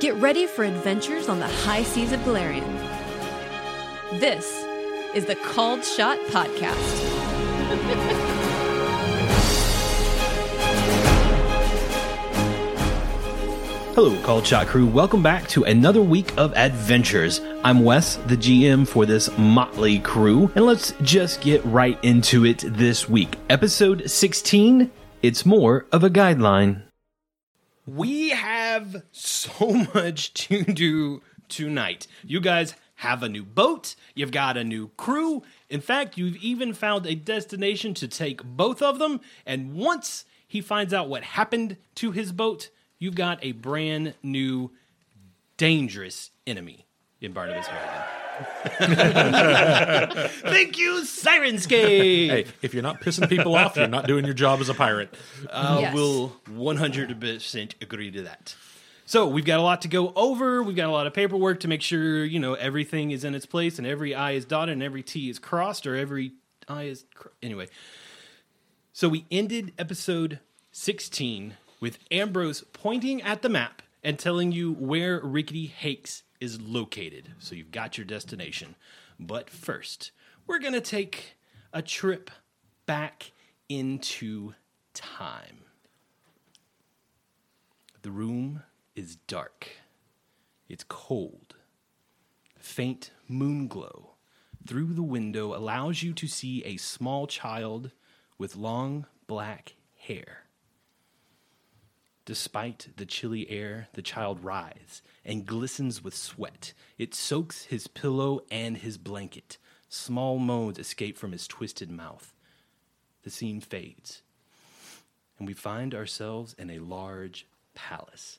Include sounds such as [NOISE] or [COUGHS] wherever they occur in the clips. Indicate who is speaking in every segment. Speaker 1: Get ready for adventures on the high seas of Galarian. This is the Called Shot Podcast.
Speaker 2: Hello, Cold Shot crew. Welcome back to another week of adventures. I'm Wes, the GM for this motley crew, and let's just get right into it this week. Episode 16 It's More of a Guideline. We have so [LAUGHS] much to do tonight. You guys have a new boat, you've got a new crew. In fact, you've even found a destination to take both of them. And once he finds out what happened to his boat, you've got a brand new dangerous enemy in Barnabas Harrigan. [LAUGHS] Thank you, Sirenscape.
Speaker 3: Hey, if you're not pissing people off, you're not doing your job as a pirate.
Speaker 2: I
Speaker 1: Yes.
Speaker 2: will 100% agree to that. So we've got a lot to go over. We've got a lot of paperwork to make sure you know everything is in its place and every I is dotted and every T is crossed or every I is cr- anyway. So we ended episode 16 with Ambrose pointing at the map and telling you where Rickety Hakes is located. So you've got your destination. But first, we're going to take a trip back into time. The room is dark. It's cold. Faint moon glow through the window allows you to see a small child with long black hair. Despite the chilly air, the child writhes and glistens with sweat. It soaks his pillow and his blanket. Small moans escape from his twisted mouth. The scene fades and we find ourselves in a large palace.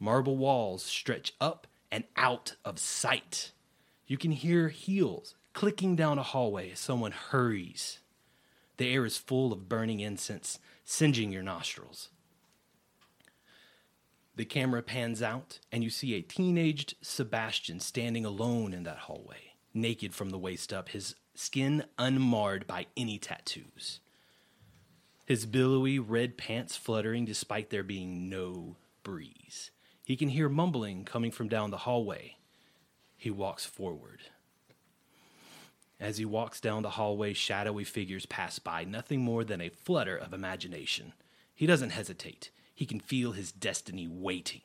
Speaker 2: Marble walls stretch up and out of sight. You can hear heels clicking down a hallway as someone hurries. The air is full of burning incense, singeing your nostrils. The camera pans out, and you see a teenaged Sebastian standing alone in that hallway, naked from the waist up, his skin unmarred by any tattoos his billowy red pants fluttering despite there being no breeze. He can hear mumbling coming from down the hallway. He walks forward. As he walks down the hallway, shadowy figures pass by, nothing more than a flutter of imagination. He doesn't hesitate. He can feel his destiny waiting.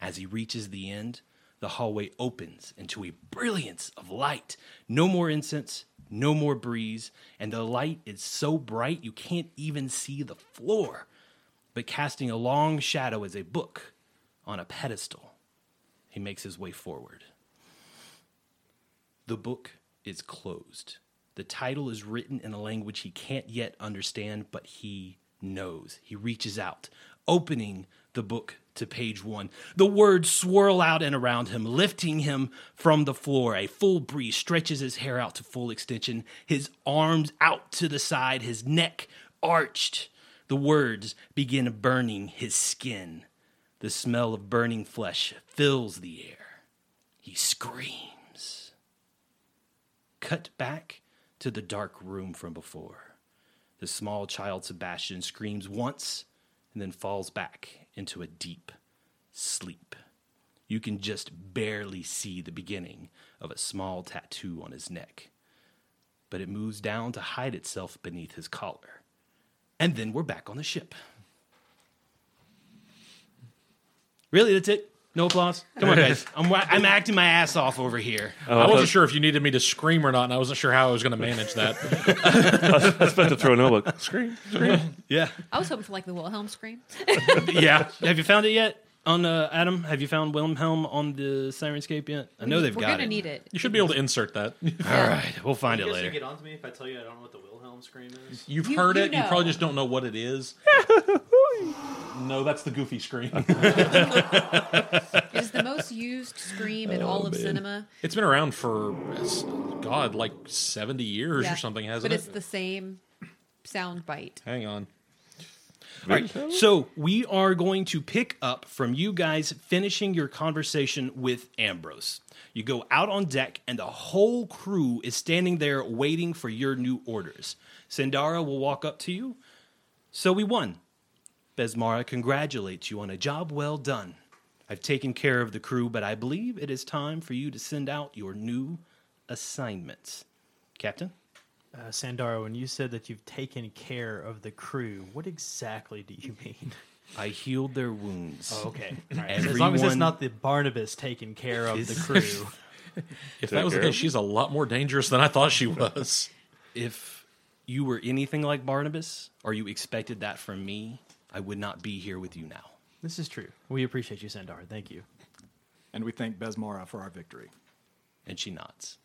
Speaker 2: As he reaches the end, the hallway opens into a brilliance of light. No more incense, no more breeze, and the light is so bright you can't even see the floor, but casting a long shadow as a book on a pedestal. He makes his way forward. The book is closed. The title is written in a language he can't yet understand, but he knows. He reaches out, opening the book to page one. The words swirl out and around him, lifting him from the floor. A full breeze stretches his hair out to full extension, his arms out to the side, his neck arched. The words begin burning his skin. The smell of burning flesh fills the air. He screams cut back to the dark room from before. The small child Sebastian screams once and then falls back into a deep sleep. You can just barely see the beginning of a small tattoo on his neck, but it moves down to hide itself beneath his collar. And then we're back on the ship. Really, that's it? No applause? Come on, guys. I'm, wa- I'm acting my ass off over here.
Speaker 4: Uh,
Speaker 3: I wasn't sure if you needed me to scream or not, and I wasn't sure how I was going to manage that.
Speaker 5: I was about to throw an elbow. Scream.
Speaker 2: Yeah.
Speaker 6: I was hoping for like the Wilhelm scream.
Speaker 3: yeah.
Speaker 2: Have you found it yet? On uh, Adam, have you found Wilhelm on the Sirenscape yet? I know they've
Speaker 6: We're
Speaker 2: got
Speaker 6: gonna
Speaker 2: it.
Speaker 6: need it.
Speaker 3: You should be able to insert that.
Speaker 2: All right, we'll find it
Speaker 7: You guys gonna
Speaker 2: later.
Speaker 7: get onto me if I tell you I don't know what the Wilhelm scream is.
Speaker 3: You've
Speaker 6: You-
Speaker 3: heard
Speaker 6: you
Speaker 3: it. You
Speaker 6: know.
Speaker 3: probably just don't know what it is. no, that's the goofy scream.
Speaker 6: It is the most used scream in all of cinema.
Speaker 3: it's been around for, s- God, like 70 years
Speaker 6: Yeah.
Speaker 3: or something,
Speaker 6: but
Speaker 3: hasn't
Speaker 6: it's
Speaker 3: it?
Speaker 6: the same sound bite.
Speaker 3: Hang on.
Speaker 2: All right, so we are going to pick up from you guys finishing your conversation with Ambrose. You go out on deck, and the whole crew is standing there waiting for your new orders. Sandara will walk up to you. So we won. Besmara congratulates you on a job well done. I I've taken care of the crew, but I believe it is time for you to send out your new assignments. Captain?
Speaker 8: Uh, Sandara, when you said that you've taken care of the crew, what exactly do you mean?
Speaker 2: I healed their wounds.
Speaker 8: okay. As long as it's
Speaker 2: Oh, Everyone-
Speaker 8: not the Barnabas taking care of the crew.
Speaker 3: If that was the
Speaker 5: Take care.
Speaker 3: case, she's a lot more dangerous than I thought she was.
Speaker 2: If you were anything like Barnabas, or you expected that from me, I would not be here with you now.
Speaker 8: this is true. We appreciate you, Sandara. Thank you.
Speaker 9: And we thank Besmara for our victory.
Speaker 2: And she nods.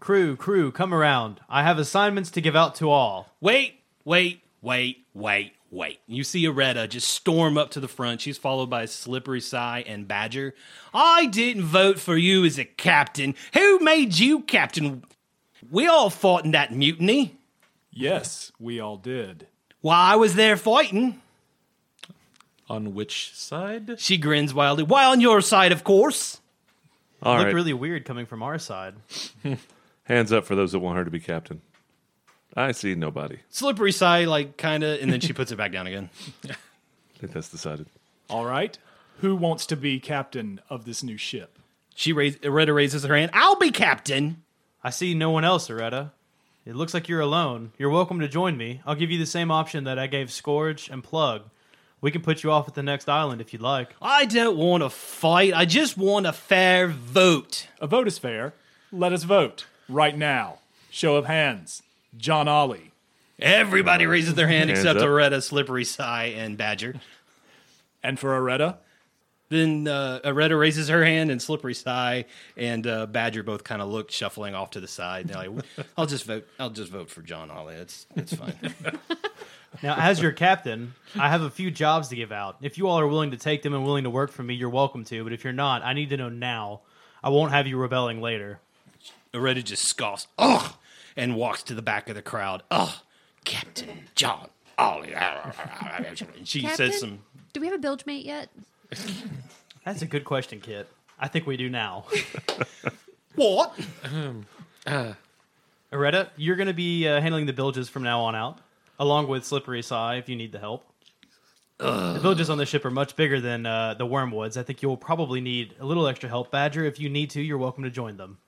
Speaker 8: Crew, crew, come around. I have assignments to give out to all.
Speaker 2: Wait, wait, wait, wait, wait. You see Aretta just storm up to the front. She's followed by Slippery Sigh and Badger. I didn't vote for you as a captain. Who made you captain? We all fought in that mutiny.
Speaker 9: Yes, we all did.
Speaker 2: While I was there fighting,
Speaker 3: On which side?
Speaker 2: she grins wildly. Why on your side, of course.
Speaker 5: All
Speaker 8: Look
Speaker 5: right.
Speaker 8: really weird coming from our side.
Speaker 5: Hands up for those that want her to be captain. I see nobody.
Speaker 2: Slippery Sigh, like kind of, and then she puts it back down again.
Speaker 5: I think that's decided.
Speaker 9: All right. Who wants to be captain of this new ship?
Speaker 2: She raise, Aretta raises her hand. I'll be captain.
Speaker 8: I see no one else, Aretta. It looks like you're alone. You're welcome to join me. I'll give you the same option that I gave Scourge and Plug. We can put you off at the next island if you'd like.
Speaker 2: I don't want to fight. I just want a fair vote.
Speaker 9: A vote is fair. Let us vote right now. Show of hands. John Ollie.
Speaker 2: Everybody raises their hand
Speaker 5: Hands
Speaker 2: except
Speaker 5: up.
Speaker 2: Aretta, Slippery Sigh, and Badger.
Speaker 9: And for Aretta,
Speaker 2: Then uh, Aretta raises her hand, and Slippery Sigh and uh, Badger both kind of look shuffling off to the side. They're like, "I'll just vote. I'll just vote for John Ollie. It's it's fine." [LAUGHS]
Speaker 8: Now, as your captain, I have a few jobs to give out. If you all are willing to take them and willing to work for me, you're welcome to. But if you're not, I need to know now. I won't have you rebelling later.
Speaker 2: Aretta just scoffs, "Ugh," and walks to the back of the crowd. "Ugh, Captain John Ollie." And [LAUGHS] she
Speaker 6: Captain?
Speaker 2: says some.
Speaker 6: Do we have a bilge mate yet?
Speaker 8: That's a good question, Kit. I think we do now.
Speaker 2: What?
Speaker 8: Aretta, you're going to be uh, handling the bilges from now on out, along with Slippery Sigh if you need the help. The bilges on the ship are much bigger than uh, the Wormwoods. I think you'll probably need a little extra help. Badger, if you need to, you're welcome to join them.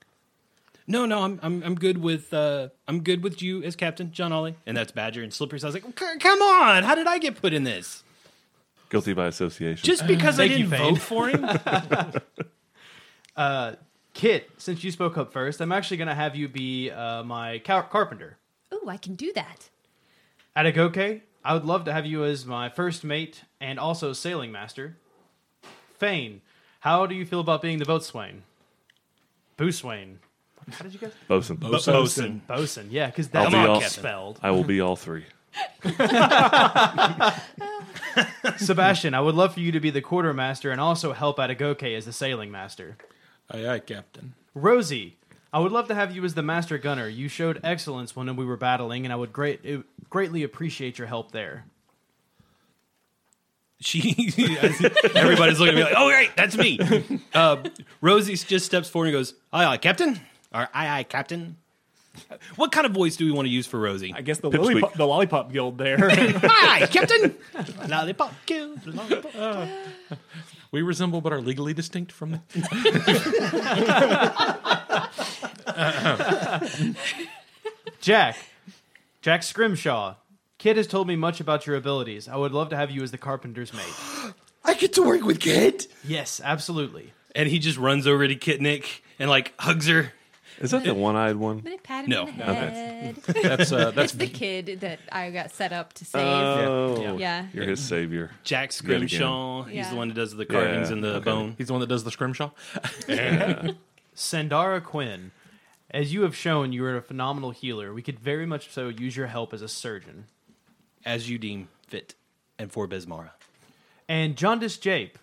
Speaker 2: No, no, I'm I'm I'm good with uh I'm good with you as captain, John Ollie, and that's Badger and Slippery. So I was like, "C- come on, how did I get put in this?
Speaker 5: Guilty by association.
Speaker 2: Just because I
Speaker 8: Thank you,
Speaker 2: didn't
Speaker 8: Fane.
Speaker 2: vote for him?
Speaker 8: Kit, since you spoke up first, I'm actually going to have you be uh, my car- carpenter.
Speaker 6: Ooh, I can do that.
Speaker 8: Atagoke, I would love to have you as my first mate and also sailing master. Fane, how do you feel about being the boatswain? Booswain. How did you guys?
Speaker 5: Bosun.
Speaker 2: Bosun.
Speaker 8: Bosun, yeah, because
Speaker 5: I'll
Speaker 8: that's
Speaker 5: be
Speaker 8: how
Speaker 5: all-
Speaker 8: it's spelled.
Speaker 5: I will be all three.
Speaker 8: Sebastian, I would love for you to be the quartermaster and also help Atagoke as the sailing master.
Speaker 3: Aye, aye, Captain.
Speaker 8: Rosie, I would love to have you as the master gunner. You showed excellence when we were battling, and I would great, eh, greatly appreciate your help there.
Speaker 2: [LAUGHS] She everybody's looking at me like, oh right, that's me. Uh, Rosie just steps forward and goes, aye aye, captain, or aye aye, captain. What kind of voice do we want to use for Rosie?
Speaker 9: I guess the,
Speaker 5: Pipsqueak.
Speaker 9: lollipop, the lollipop guild there. [LAUGHS]
Speaker 2: aye aye, captain. Lollipop kill. Lollipop.
Speaker 3: We resemble but are legally distinct from the
Speaker 8: Jack, Jack Scrimshaw, Kid has told me much about your abilities. I would love to have you as the carpenter's mate.
Speaker 2: I get to work with Kid.
Speaker 8: Yes, absolutely.
Speaker 2: And he just runs over to Kitnick and like hugs her.
Speaker 5: Is that the one-eyed one?
Speaker 6: I'm gonna pat him
Speaker 2: No.
Speaker 6: on the
Speaker 5: Okay.
Speaker 6: head.
Speaker 3: That's
Speaker 6: [LAUGHS]
Speaker 3: uh, that's
Speaker 6: It's the kid that I got set up to save.
Speaker 5: Oh,
Speaker 6: Yeah.
Speaker 5: you're his savior.
Speaker 2: Jack Scrimshaw. He's
Speaker 6: Yeah.
Speaker 2: the one that does the carvings
Speaker 5: Yeah,
Speaker 2: in the
Speaker 5: okay.
Speaker 2: bone.
Speaker 3: he's the one that does the scrimshaw.
Speaker 8: Sandara Quinn, as you have shown, you are a phenomenal healer. We could very much so use your help as a surgeon.
Speaker 2: As you deem fit. And for Besmara.
Speaker 8: And Jaundice Jape,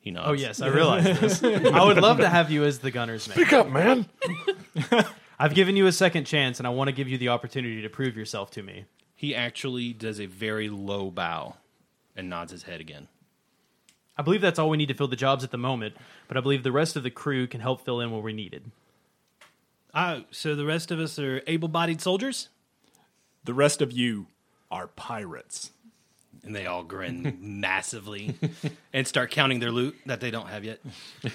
Speaker 2: He nods.
Speaker 8: Oh yes, I realize this. I would love to have you as the gunner's mate.
Speaker 5: up, man.
Speaker 8: [LAUGHS] I've given you a second chance, and I want to give you the opportunity to prove yourself to me.
Speaker 2: He actually does a very low bow and nods his head again.
Speaker 8: I believe that's all we need to fill the jobs at the moment, but I believe the rest of the crew can help fill in where we're needed.
Speaker 2: Oh, so the rest of us are able bodied soldiers?
Speaker 9: the rest of you are pirates.
Speaker 2: And they all [LAUGHS] grin massively and start counting their loot that they don't have yet. [SIGHS]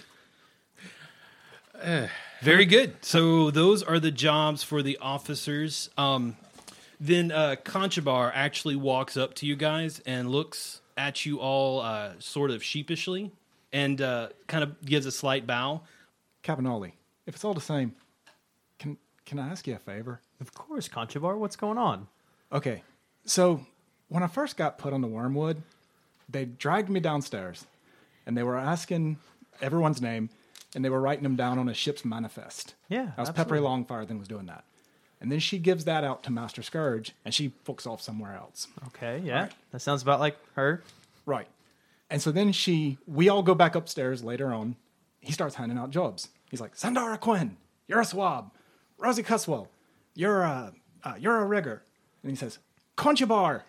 Speaker 2: Very good. So those are the jobs for the officers. Um, then uh, Conchabar actually walks up to you guys and looks at you all uh, sort of sheepishly and uh, kind of gives a slight bow.
Speaker 10: Cabanoli, if it's all the same, can can I ask you a favor?
Speaker 8: Of course, Conchabar, what's going on?
Speaker 10: Okay, so when I first got put on the wormwood, they dragged me downstairs, and they were asking everyone's name, and they were writing them down on a ship's manifest.
Speaker 8: Yeah,
Speaker 10: that was
Speaker 8: absolutely.
Speaker 10: Peppery Longfire then was doing that, and then she gives that out to Master Scourge, and she fucks off somewhere else.
Speaker 8: Okay, yeah. That sounds about like her.
Speaker 10: Right. And so then she, we all go back upstairs later on. He starts handing out jobs. He's like, Sandara Quinn, you're a swab. Rosie Cuswell, you're a, uh, you're a rigger. And he says, Conchabar.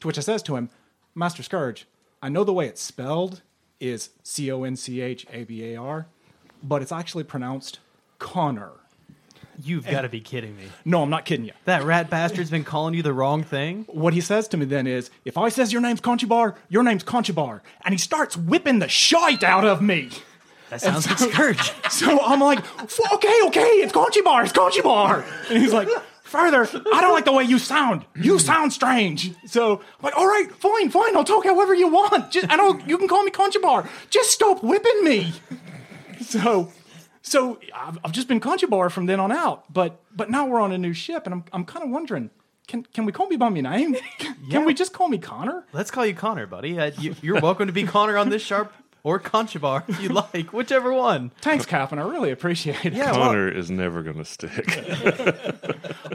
Speaker 10: To which I says to him, Master Scourge, I know the way it's spelled is C O N C H A B A R, but it's actually pronounced Connor.
Speaker 8: You've got to be kidding me.
Speaker 10: No, I'm not kidding you.
Speaker 8: That rat bastard's been calling you the wrong thing.
Speaker 10: What he says to me then is, if I says your name's Conchabar, your name's Conchabar. And he starts whipping the shite out of me.
Speaker 8: That
Speaker 2: [LAUGHS]
Speaker 8: sounds like
Speaker 10: so-
Speaker 8: Scourge.
Speaker 10: So I'm like, "F- okay, okay, it's Conchi Bar, it's Conchi Bar. And he's like, further, I don't like the way you sound. You sound strange. So I'm like, all right, fine, fine, I'll talk however you want. Just, I don't, you can call me Conchi Bar. Just stop whipping me. So, so I've, I've just been Conchi Bar from then on out. But, but now we're on a new ship, and I'm, I'm kind of wondering, can, can we call me by my name? Can we just call me Connor?
Speaker 8: Let's call you Connor, buddy. Uh, you, you're welcome to be Connor on this sharp or Conchabar if you like, whichever one.
Speaker 10: Thanks, Captain. I really appreciate it.
Speaker 8: Yeah, well,
Speaker 5: Connor is never going to stick.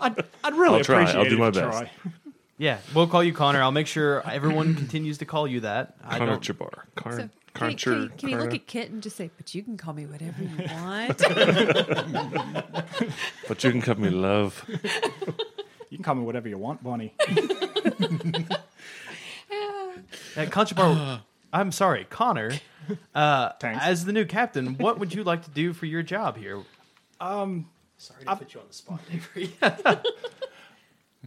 Speaker 10: I'd, I'd really
Speaker 5: I'll try.
Speaker 10: appreciate
Speaker 5: I'll do
Speaker 10: it
Speaker 5: my
Speaker 10: if you
Speaker 5: best.
Speaker 10: try.
Speaker 8: yeah, we'll call you Connor. I'll make sure everyone continues to call you that. I
Speaker 5: Connor
Speaker 8: don't.
Speaker 5: Chabar. Carn-
Speaker 6: So, can, he-
Speaker 5: Carncher-
Speaker 6: can, he- can he look
Speaker 5: Carner.
Speaker 6: at Kit and just say, "But you can call me whatever you want"?
Speaker 5: But you can call me love.
Speaker 10: You can call me whatever you want, Bonnie.
Speaker 8: Uh,
Speaker 2: [SIGHS]
Speaker 8: Conchabar, I'm sorry, Connor.
Speaker 10: Thanks.
Speaker 8: As the new captain, what would you like to do for your job here?
Speaker 7: Sorry to put you on the spot, Dave.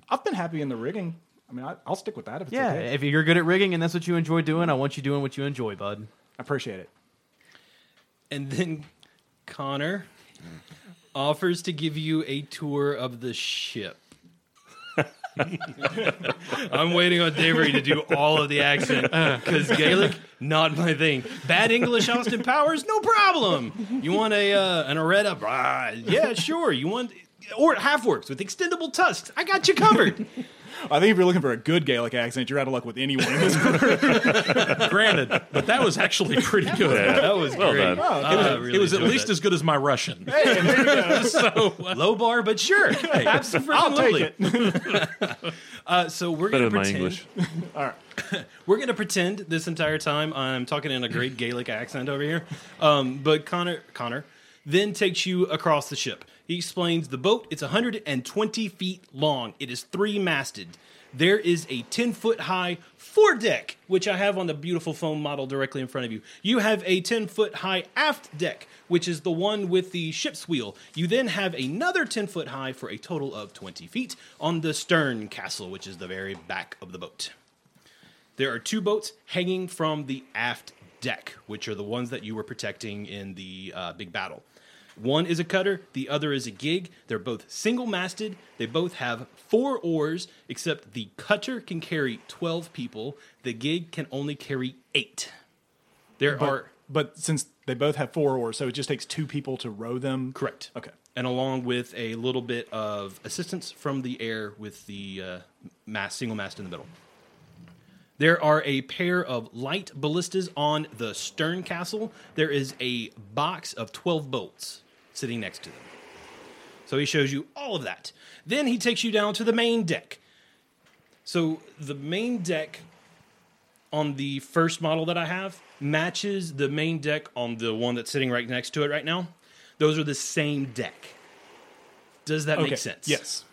Speaker 10: I've been happy in the rigging. I mean, I, I'll stick with that if it's
Speaker 8: Yeah,
Speaker 10: okay.
Speaker 8: if you're good at rigging and that's what you enjoy doing, I want you doing what you enjoy, bud.
Speaker 10: I appreciate it.
Speaker 2: And then Connor offers to give you a tour of the ship. [LAUGHS] I'm waiting on Davery to do all of the accent because Gaelic, not my thing. Bad English, Austin Powers, no problem. You want a uh, an Aretta? Rah, yeah, sure. You want or half works with extendable tusks? I got you covered.
Speaker 9: I think if you're looking for a good Gaelic accent, you're out of luck with anyone in this group.
Speaker 3: Granted, but that was actually pretty good.
Speaker 2: That was
Speaker 5: Well
Speaker 2: great.
Speaker 5: done.
Speaker 2: I really
Speaker 3: it was at
Speaker 2: enjoyed
Speaker 3: least
Speaker 2: that.
Speaker 3: as good as my Russian.
Speaker 2: [LAUGHS]
Speaker 3: so uh,
Speaker 2: low bar, but sure. [LAUGHS] Absolutely. I'll
Speaker 10: take
Speaker 2: it. [LAUGHS] uh, so we're
Speaker 5: Better
Speaker 2: going to
Speaker 5: than my
Speaker 2: pretend.
Speaker 5: English.
Speaker 2: We're going to pretend this entire time I'm talking in a great Gaelic accent over here. Um, but Connor, Connor then takes you across the ship. He explains the boat, it's 120 feet long, it is three masted. There is a 10 foot high foredeck, which I have on the beautiful foam model directly in front of you. You have a 10 foot high aft deck, which is the one with the ship's wheel. You then have another 10 foot high for a total of 20 feet on the stern castle, which is the very back of the boat. There are two boats hanging from the aft deck, which are the ones that you were protecting in the uh, big battle. One is a cutter, the other is a gig. They're both single masted. They both have four oars, except the cutter can carry 12 people, the gig can only carry eight. There are.
Speaker 9: but since they both have four oars, so it just takes two people to row them.
Speaker 2: Correct.
Speaker 9: Okay.
Speaker 2: And along with a little bit of assistance from the air with the uh, mast, single mast in the middle. There are a pair of light ballistas on the stern castle. There is a box of 12 bolts sitting next to them. So he shows you all of that. Then he takes you down to the main deck. So the main deck on the first model that I have matches the main deck on the one that's sitting right next to it right now. Those are the same deck. Does that
Speaker 9: Okay.
Speaker 2: make sense?
Speaker 9: Yes.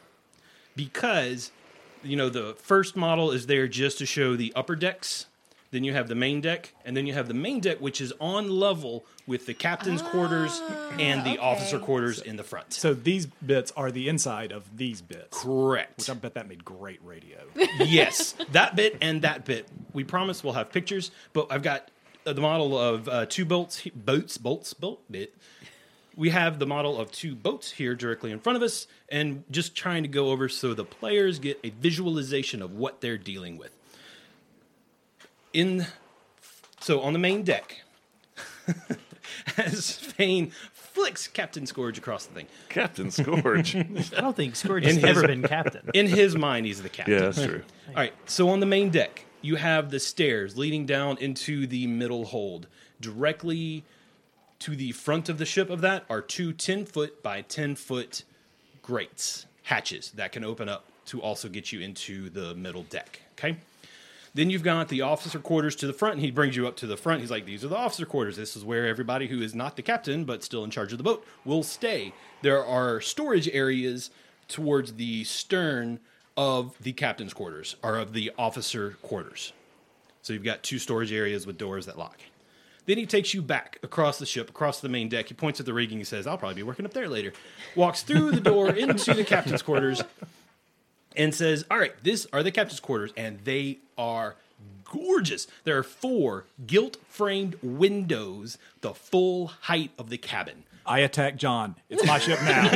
Speaker 2: because you know the first model is there just to show the upper decks then you have the main deck and then you have the main deck which is on level with the captain's quarters and the officer quarters in the front
Speaker 9: So these bits are the inside of these bits.
Speaker 2: correct
Speaker 9: I bet that made great radio. [LAUGHS]
Speaker 2: yes that bit and that bit we promise we'll have pictures, but I've got uh, the model of uh, two bolts, he- boats, bolts, bolt bit. We have the model of two boats here directly in front of us, and just trying to go over so the players get a visualization of what they're dealing with. In so on the main deck, [LAUGHS] as Fane flicks Captain Scourge across the thing.
Speaker 5: Captain Scourge.
Speaker 8: I don't think Scourge has
Speaker 2: In
Speaker 8: ever
Speaker 2: his-
Speaker 8: been captain.
Speaker 2: In his mind, he's the
Speaker 5: yeah,
Speaker 2: captain.
Speaker 5: that's true.
Speaker 2: All right, so on the main deck, you have the stairs leading down into the middle hold. Directly to the front of the ship of that are two 10 foot by 10 foot grates, hatches that can open up to also get you into the middle deck. Okay. Then you've got the officer quarters to the front, and he brings you up to the front. He's like, These are the officer quarters. This is where everybody who is not the captain, but still in charge of the boat, will stay. There are storage areas towards the stern of the captain's quarters, or of the officer quarters. So you've got two storage areas with doors that lock. Then he takes you back across the ship, across the main deck. He points at the rigging. He says, I'll probably be working up there later. Walks through the door into the captain's quarters and says, All right, this are the captain's quarters, and they are gorgeous. There are four gilt framed windows, the full height of the cabin.
Speaker 9: I attack John. It's my ship
Speaker 5: [LAUGHS]
Speaker 9: now.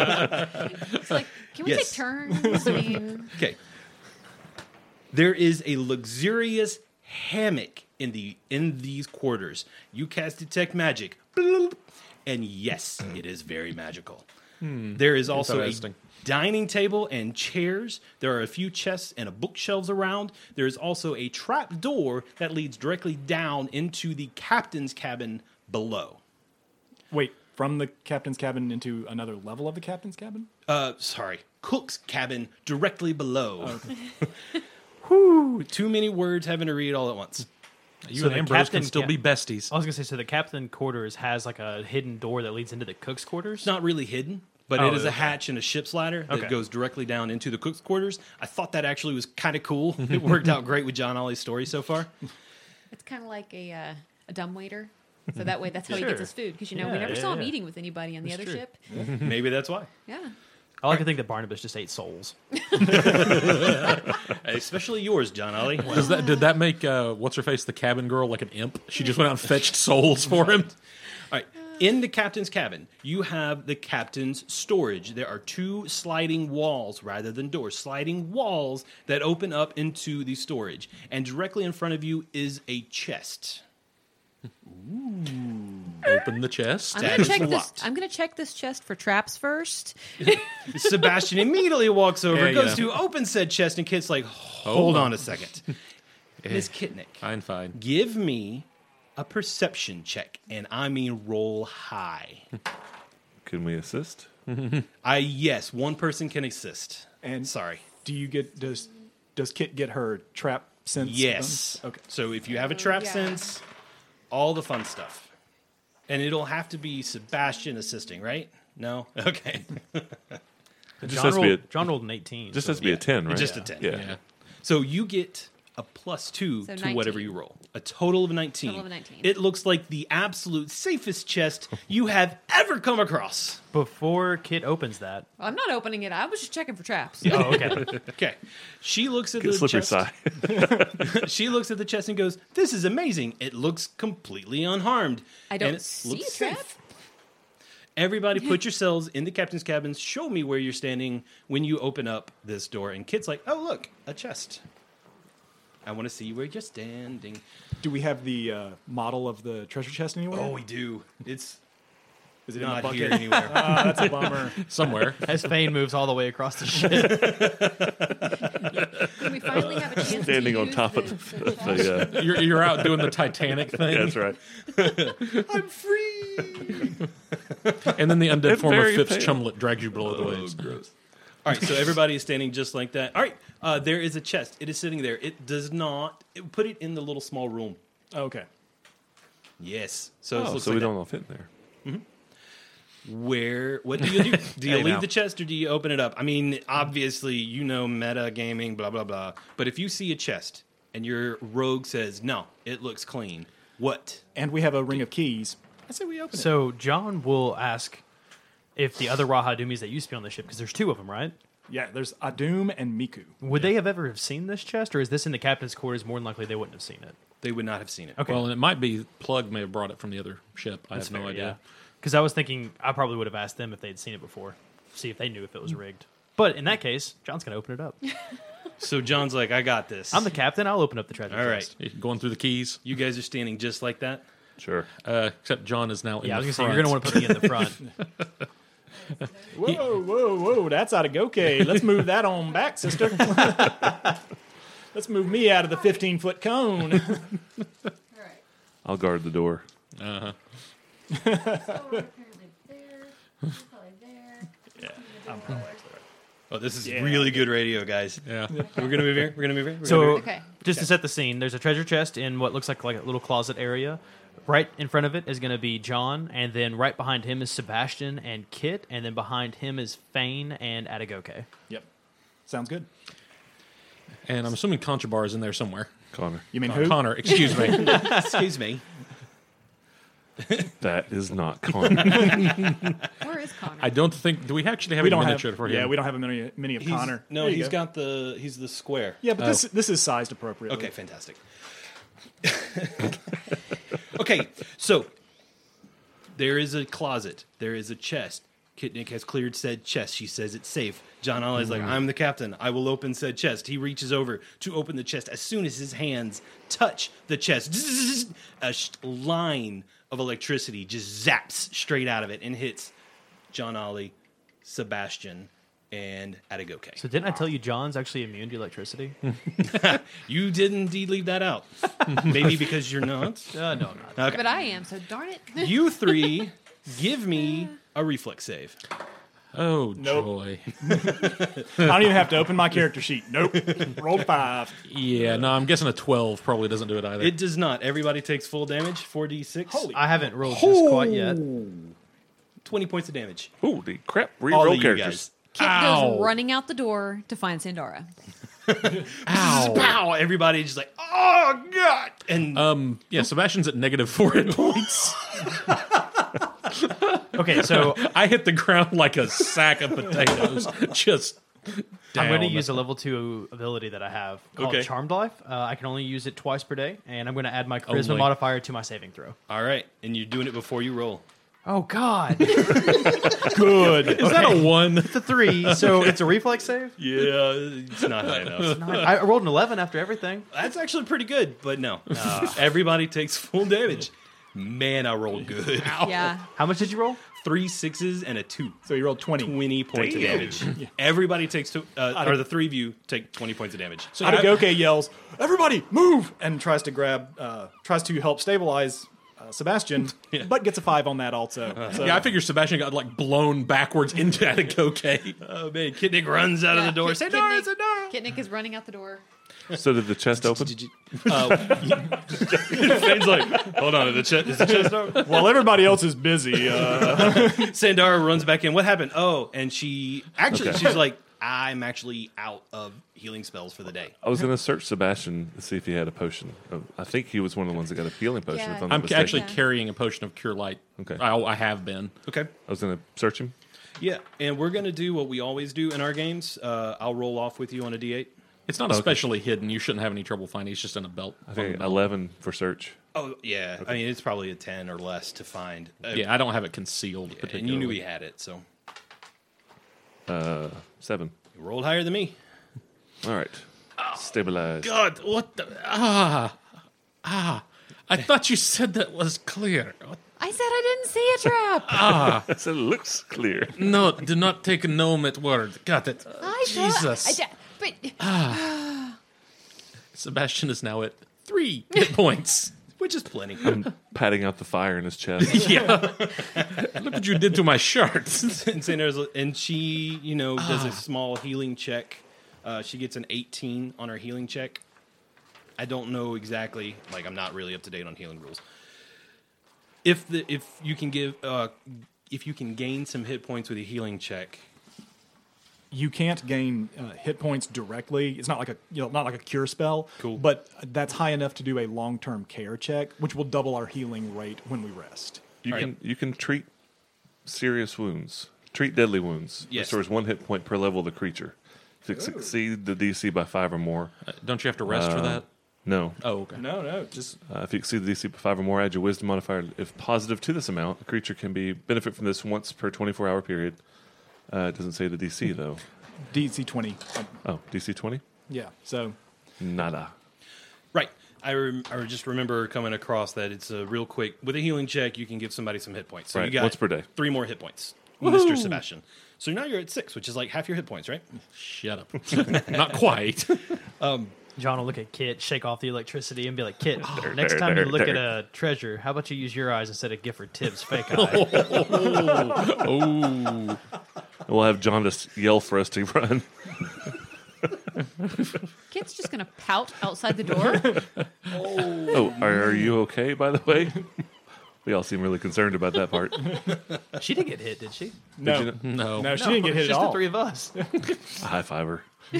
Speaker 6: It's like, can we
Speaker 2: Yes.
Speaker 6: take turns? I mean,
Speaker 2: Okay. There is a luxurious hammock in the in these quarters. You cast detect magic. Bloop. And yes, it is very magical. There is also a
Speaker 5: Interesting.
Speaker 2: dining table and chairs. There are a few chests and a bookshelves around. There is also a trap door that leads directly down into the captain's cabin below.
Speaker 9: Wait, from the captain's cabin into another level of the captain's cabin?
Speaker 2: uh, sorry, cook's cabin directly below. [LAUGHS] Whew, too many words having to read all at once.
Speaker 3: You
Speaker 8: So
Speaker 3: and
Speaker 8: the
Speaker 3: Ambrose
Speaker 8: captain
Speaker 3: can still
Speaker 8: can't-
Speaker 3: be besties.
Speaker 8: I
Speaker 2: Oh,
Speaker 8: was gonna say, so the captain quarters has like a hidden door that leads into the cook's quarters.
Speaker 2: It's not really hidden, but
Speaker 8: Oh,
Speaker 2: it is a
Speaker 8: okay.
Speaker 2: hatch and a ship's ladder that
Speaker 8: Okay.
Speaker 2: goes directly down into the cook's quarters. I thought that actually was kind
Speaker 3: [LAUGHS]
Speaker 2: of cool. it worked out great with John Ollie's story so far.
Speaker 6: it's kind of like a uh, a dumb waiter. So that way, that's how he
Speaker 8: Sure.
Speaker 6: gets his food. Because you know, we
Speaker 8: Yeah,
Speaker 6: never
Speaker 8: yeah,
Speaker 6: saw him
Speaker 8: yeah.
Speaker 6: eating with anybody on the other
Speaker 8: true.
Speaker 6: ship.
Speaker 2: Maybe
Speaker 3: [LAUGHS]
Speaker 2: that's why.
Speaker 6: Yeah.
Speaker 8: I like to think that Barnabas just ate souls.
Speaker 2: Especially yours, John Ollie.
Speaker 3: Does that did that make uh, what's her face the cabin girl like an imp? She just went out and fetched souls for him.
Speaker 2: All right. In the captain's cabin, you have the captain's storage. There are two sliding walls rather than doors, sliding walls that open up into the storage. And directly in front of you is a chest.
Speaker 3: Open the chest.
Speaker 6: I'm
Speaker 2: That
Speaker 6: gonna
Speaker 2: is
Speaker 6: check this.
Speaker 2: locked.
Speaker 6: I'm gonna check this chest for traps first.
Speaker 2: [LAUGHS] Sebastian immediately walks over,
Speaker 3: Yeah,
Speaker 2: goes
Speaker 3: yeah.
Speaker 2: to open said chest, and Kit's like, hold on a second. [LAUGHS] Miss Kitnick,
Speaker 3: Fine, fine.
Speaker 2: give me a perception check, and I mean roll high.
Speaker 5: Can we assist?
Speaker 2: I, yes, one person can assist.
Speaker 9: And-
Speaker 2: sorry.
Speaker 9: Do you get does does Kit get her trap sense?
Speaker 2: Yes.
Speaker 9: bonus? Okay.
Speaker 2: So if you have a trap
Speaker 6: yeah.
Speaker 2: sense, all the fun stuff. And it'll have to be Sebastian assisting, right? No? [LAUGHS] Okay.
Speaker 5: Just
Speaker 8: John,
Speaker 5: has to be
Speaker 8: rolled,
Speaker 5: a-
Speaker 8: John rolled an 18.
Speaker 5: Just
Speaker 8: so-
Speaker 5: has to be a ten, right?
Speaker 2: Just a 10.
Speaker 5: Yeah.
Speaker 3: Yeah.
Speaker 2: So you get a plus two
Speaker 6: So
Speaker 2: to whatever
Speaker 6: 19.
Speaker 2: you roll. A total of 19.
Speaker 6: Total of 19.
Speaker 2: It looks like the absolute safest chest you have ever come across.
Speaker 8: Before Kit opens that,
Speaker 6: Well, I'm not opening it. I was just checking for traps.
Speaker 8: oh okay,
Speaker 2: Okay. She looks at
Speaker 5: Get
Speaker 2: the
Speaker 5: slippery
Speaker 2: chest.
Speaker 5: side. [LAUGHS]
Speaker 2: She looks at the chest and goes, "This is amazing. It looks completely unharmed."
Speaker 6: I don't
Speaker 2: And it
Speaker 6: see a
Speaker 2: looks
Speaker 6: trap.
Speaker 2: safe. Everybody,
Speaker 6: [LAUGHS]
Speaker 2: put yourselves in the captain's cabin. Show me where you're standing when you open up this door. And Kit's like, oh, look, a chest. I want to see where you're standing.
Speaker 9: Do we have the uh, model of the treasure chest anywhere?
Speaker 2: Oh, we do. It's
Speaker 9: is it in the
Speaker 2: not
Speaker 9: bucket?
Speaker 2: here anywhere.
Speaker 9: Ah, that's a bummer.
Speaker 3: Somewhere.
Speaker 8: [LAUGHS] as Fane moves all the way across the ship,
Speaker 5: [LAUGHS]
Speaker 6: When we finally have a chance
Speaker 5: Standing
Speaker 6: to
Speaker 5: on
Speaker 6: use
Speaker 5: top
Speaker 6: the,
Speaker 5: of
Speaker 6: the traps,
Speaker 5: yeah,
Speaker 3: You're, you're out doing the Titanic thing,
Speaker 5: that's right.
Speaker 2: I'm free.
Speaker 3: and then the undead
Speaker 5: It's
Speaker 3: form of
Speaker 5: very
Speaker 3: Phipps
Speaker 5: pale.
Speaker 3: Chumlet drags you below the
Speaker 9: Oh,
Speaker 3: waves.
Speaker 2: All right, so everybody is standing just like that. All right, uh, there is a chest. It is sitting there. It does not it- put it in the little small room.
Speaker 9: Oh, Okay.
Speaker 2: Yes. So this
Speaker 5: Oh,
Speaker 2: looks
Speaker 5: so
Speaker 2: like
Speaker 5: we
Speaker 2: that.
Speaker 5: don't all fit in there.
Speaker 2: Where? What do you
Speaker 8: [LAUGHS]
Speaker 2: do? Do you
Speaker 3: Hey,
Speaker 2: leave
Speaker 3: now.
Speaker 2: the chest or do you open it up? I mean, obviously, you know meta gaming, blah blah blah. But if you see a chest and your rogue says no, it looks clean. What?
Speaker 9: And we have a ring of keys. I say we open it.
Speaker 8: so John will ask if the other Raha Dummies that used to be on the ship, because there's two of them, right?
Speaker 9: Yeah, there's Adum and Miku.
Speaker 8: Would they have ever have seen this chest, or is this in the captain's quarters? More than likely, they wouldn't have seen it.
Speaker 2: They would not have seen it.
Speaker 8: Okay.
Speaker 4: Well, and it might be Plug may have brought it from the other ship. I have no idea.
Speaker 8: Because I was thinking I probably would have asked them if they'd seen it before, see if they knew if it was rigged. But in that case, John's gonna open it up.
Speaker 2: So John's like, I got this.
Speaker 8: I'm the captain. I'll open up the treasure
Speaker 2: All right.
Speaker 8: chest.
Speaker 4: Going through the keys.
Speaker 2: You guys are standing just like that.
Speaker 5: Sure.
Speaker 4: Uh, except John is now in
Speaker 8: Yeah, I
Speaker 4: the
Speaker 8: was gonna
Speaker 4: front.
Speaker 8: say you're gonna want to put me in the front.
Speaker 9: Whoa, whoa, whoa! That's out of Goke. [LAUGHS] Let's move that on back, [LAUGHS] sister. Let's move me out of the 15 foot cone. [LAUGHS]
Speaker 6: All right.
Speaker 5: I'll guard the door.
Speaker 4: Uh-huh.
Speaker 6: So we're apparently there. We're probably there.
Speaker 2: Oh, this is really good radio, guys.
Speaker 4: Yeah.
Speaker 2: We're gonna move here. We're gonna move here. We're
Speaker 8: So,
Speaker 2: gonna move
Speaker 6: Okay.
Speaker 8: just to set the scene, there's a treasure chest in what looks like like a little closet area. Right in front of it is going to be John, and then right behind him is Sebastian and Kit, and then behind him is Fane and Atagoke.
Speaker 9: yep, sounds good.
Speaker 4: And I'm assuming Conchabar is in there somewhere.
Speaker 5: Connor,
Speaker 9: You mean
Speaker 4: Uh,
Speaker 9: who?
Speaker 4: Connor, excuse
Speaker 9: [LAUGHS]
Speaker 4: me.
Speaker 2: here. Excuse me.
Speaker 5: that is not Connor.
Speaker 6: Where is Connor?
Speaker 4: I don't think. Do we actually have
Speaker 9: we
Speaker 4: a
Speaker 9: don't have.
Speaker 4: miniature for him?
Speaker 9: yeah, we don't have a mini, mini of Connor.
Speaker 2: He's, no,
Speaker 9: There you
Speaker 2: he's
Speaker 9: go.
Speaker 2: got the he's the square.
Speaker 9: Yeah, but this this is sized appropriately.
Speaker 2: Okay, fantastic. [LAUGHS] okay, so there is a closet. There is a chest. Kitnick has cleared said chest. She says it's safe. John Ollie's like, I'm the captain. I will open said chest. He reaches over to open the chest. As soon as his hands touch the chest, [LAUGHS] a sh- line of electricity just zaps straight out of it and hits John Ollie, Sebastian, and Atagoke.
Speaker 8: So didn't I tell you John's actually immune to electricity? uh,
Speaker 2: You did indeed leave that out. Maybe because you're not.
Speaker 8: no, I'm not.
Speaker 6: but I am, so darn it. [LAUGHS]
Speaker 2: You three, give me a reflex save.
Speaker 4: Oh, joy.
Speaker 9: I don't even have to open my character sheet. Nope. [LAUGHS] Rolled five.
Speaker 4: Yeah, no, I'm guessing a 12 probably doesn't do it either.
Speaker 2: It does not. Everybody takes full damage, 4d6.
Speaker 8: I haven't rolled just quite yet.
Speaker 2: 20 points of damage.
Speaker 5: Holy crap!
Speaker 2: All
Speaker 5: Reroll
Speaker 2: of you
Speaker 5: characters.
Speaker 2: guys.
Speaker 6: Kit
Speaker 4: Ow.
Speaker 6: goes running out the door to find Sandara.
Speaker 4: Ow.
Speaker 2: Pow! Everybody just like, oh, God! And
Speaker 4: Um, yeah, Sebastian's at negative four [LAUGHS] hit points.
Speaker 8: Okay, so
Speaker 4: I hit the ground like a sack of potatoes. Just down.
Speaker 8: I'm going to use a level two ability that I have called
Speaker 4: Okay.
Speaker 8: Charmed Life. Uh, I can only use it twice per day, and I'm going to add my charisma
Speaker 4: Only.
Speaker 8: modifier to my saving throw.
Speaker 2: all right, and you're doing it before you roll.
Speaker 8: Oh God,
Speaker 9: Good.
Speaker 4: Is that a one?
Speaker 8: it's a three, so it's a reflex save.
Speaker 2: Yeah, it's [LAUGHS] not high enough.
Speaker 8: I I rolled an eleven after everything.
Speaker 2: That's actually pretty good, but no. Uh, [LAUGHS] Everybody takes full damage. Man, I rolled good.
Speaker 6: Yeah.
Speaker 8: How much did you roll?
Speaker 2: Three sixes and a two.
Speaker 9: So you rolled 20.
Speaker 2: 20 points of damage. Everybody takes, two, uh, or the three of you take 20 points of damage.
Speaker 4: So I-
Speaker 9: Adagoke yells, "Everybody move!" and tries to grab, uh, tries to help stabilize uh, Sebastian, but gets a five on that also. So
Speaker 4: yeah, I figure Sebastian got like blown backwards into Atacoke.
Speaker 2: Oh man, Kidnick runs out
Speaker 6: Yeah,
Speaker 2: of the door.
Speaker 6: Kit-
Speaker 2: Say
Speaker 6: Kitnik-
Speaker 2: Dora, say Dora.
Speaker 6: Kitnik is running out the door.
Speaker 5: [LAUGHS] So did the chest open?
Speaker 2: Fane's like, hold on, is the chest, is the chest open?
Speaker 9: while everybody else is busy, uh,
Speaker 2: Sandara runs back in. What happened? Oh, and she actually,
Speaker 5: Okay.
Speaker 2: she's like, I'm actually out of healing spells for the day.
Speaker 5: I was gonna search Sebastian to see if he had a potion. Oh, I think he was one of the ones that got a healing potion.
Speaker 6: Yeah.
Speaker 5: If I'm, not
Speaker 4: I'm
Speaker 5: mistaken.
Speaker 4: actually carrying a potion of Cure Light.
Speaker 5: Okay.
Speaker 4: I, I have been.
Speaker 2: Okay.
Speaker 5: I was gonna search him.
Speaker 2: Yeah, and we're gonna do what we always do in our games. Uh, I'll roll off with you on a D8.
Speaker 4: It's not especially hidden. You shouldn't have any trouble finding. it. It's just in a belt.
Speaker 5: I think eleven for search.
Speaker 2: Oh yeah, I mean it's probably a ten or less to find. Uh,
Speaker 4: Yeah, I don't have it concealed. particularly.
Speaker 2: and you knew he had it, so
Speaker 5: Seven.
Speaker 2: you rolled higher than me.
Speaker 5: All right. Oh, Stabilize.
Speaker 4: God, what the ah ah! I thought you said that was clear.
Speaker 6: I said I didn't see a trap.
Speaker 5: It looks clear.
Speaker 4: No, do not take a gnome at word. Got it.
Speaker 6: I said-
Speaker 4: Oh, Jesus.
Speaker 6: I said- but
Speaker 4: Sebastian is now at three hit points.
Speaker 2: Which is
Speaker 4: [LAUGHS]
Speaker 2: plenty.
Speaker 5: Patting out the fire in his chest.
Speaker 4: yeah. Look what you did to my shirt. [LAUGHS]
Speaker 2: and Sandra's, and she, you know, does
Speaker 5: Ah.
Speaker 2: a small healing check. Uh, she gets an 18 on her healing check. I don't know exactly. Like, I'm not really up to date on healing rules. If the if you can give uh, if you can gain some hit points with a healing check,
Speaker 9: you can't gain uh, hit points directly. It's not like a you know not like a cure spell. Cool. But that's high enough to do a long term care check, which will double our healing rate when we rest.
Speaker 5: You can you can treat serious wounds Treat deadly wounds.
Speaker 2: Yes.
Speaker 5: Restores one hit point per level of the creature. If you succeed the DC by five or more.
Speaker 4: Don't you have to rest for
Speaker 5: uh,
Speaker 4: that?
Speaker 5: No.
Speaker 4: Oh, okay.
Speaker 9: No, no, just
Speaker 5: Uh, if you exceed the DC by five or more, add your wisdom modifier. If positive to this amount, a creature can be benefit from this once per 24 hour period. Uh, it doesn't say the DC, though.
Speaker 9: DC twenty. um,
Speaker 5: Oh, DC 20?
Speaker 9: Yeah, so
Speaker 5: Nada.
Speaker 2: Right. I, rem- I just remember coming across that it's a real quick with a healing check you can give somebody some hit points. So you
Speaker 5: Right,
Speaker 2: got
Speaker 5: once per day.
Speaker 2: Three more hit points, Mister Sebastian. So now you're at six, which is like half your hit points, right?
Speaker 4: Shut up.
Speaker 5: [LAUGHS]
Speaker 4: Not quite.
Speaker 8: John will look at Kit, shake off the electricity, and be like, "Kit, next
Speaker 5: there,
Speaker 8: time
Speaker 5: there,
Speaker 8: you look
Speaker 5: there."
Speaker 8: at a treasure, how about you use your eyes instead of Gifford Tibbs' fake eye?"
Speaker 5: Oh. we'll have John just yell for us to [LAUGHS] run.
Speaker 6: Kit's just gonna pout outside the door.
Speaker 5: Oh, are, are you okay, by the way? we all seem really concerned about that part.
Speaker 8: she didn't get hit, did she?
Speaker 9: no,
Speaker 4: No.
Speaker 9: no, she didn't get
Speaker 8: It's
Speaker 9: hit
Speaker 8: just
Speaker 9: at
Speaker 8: the
Speaker 9: all.
Speaker 8: three of us.
Speaker 5: High fiver. [LAUGHS]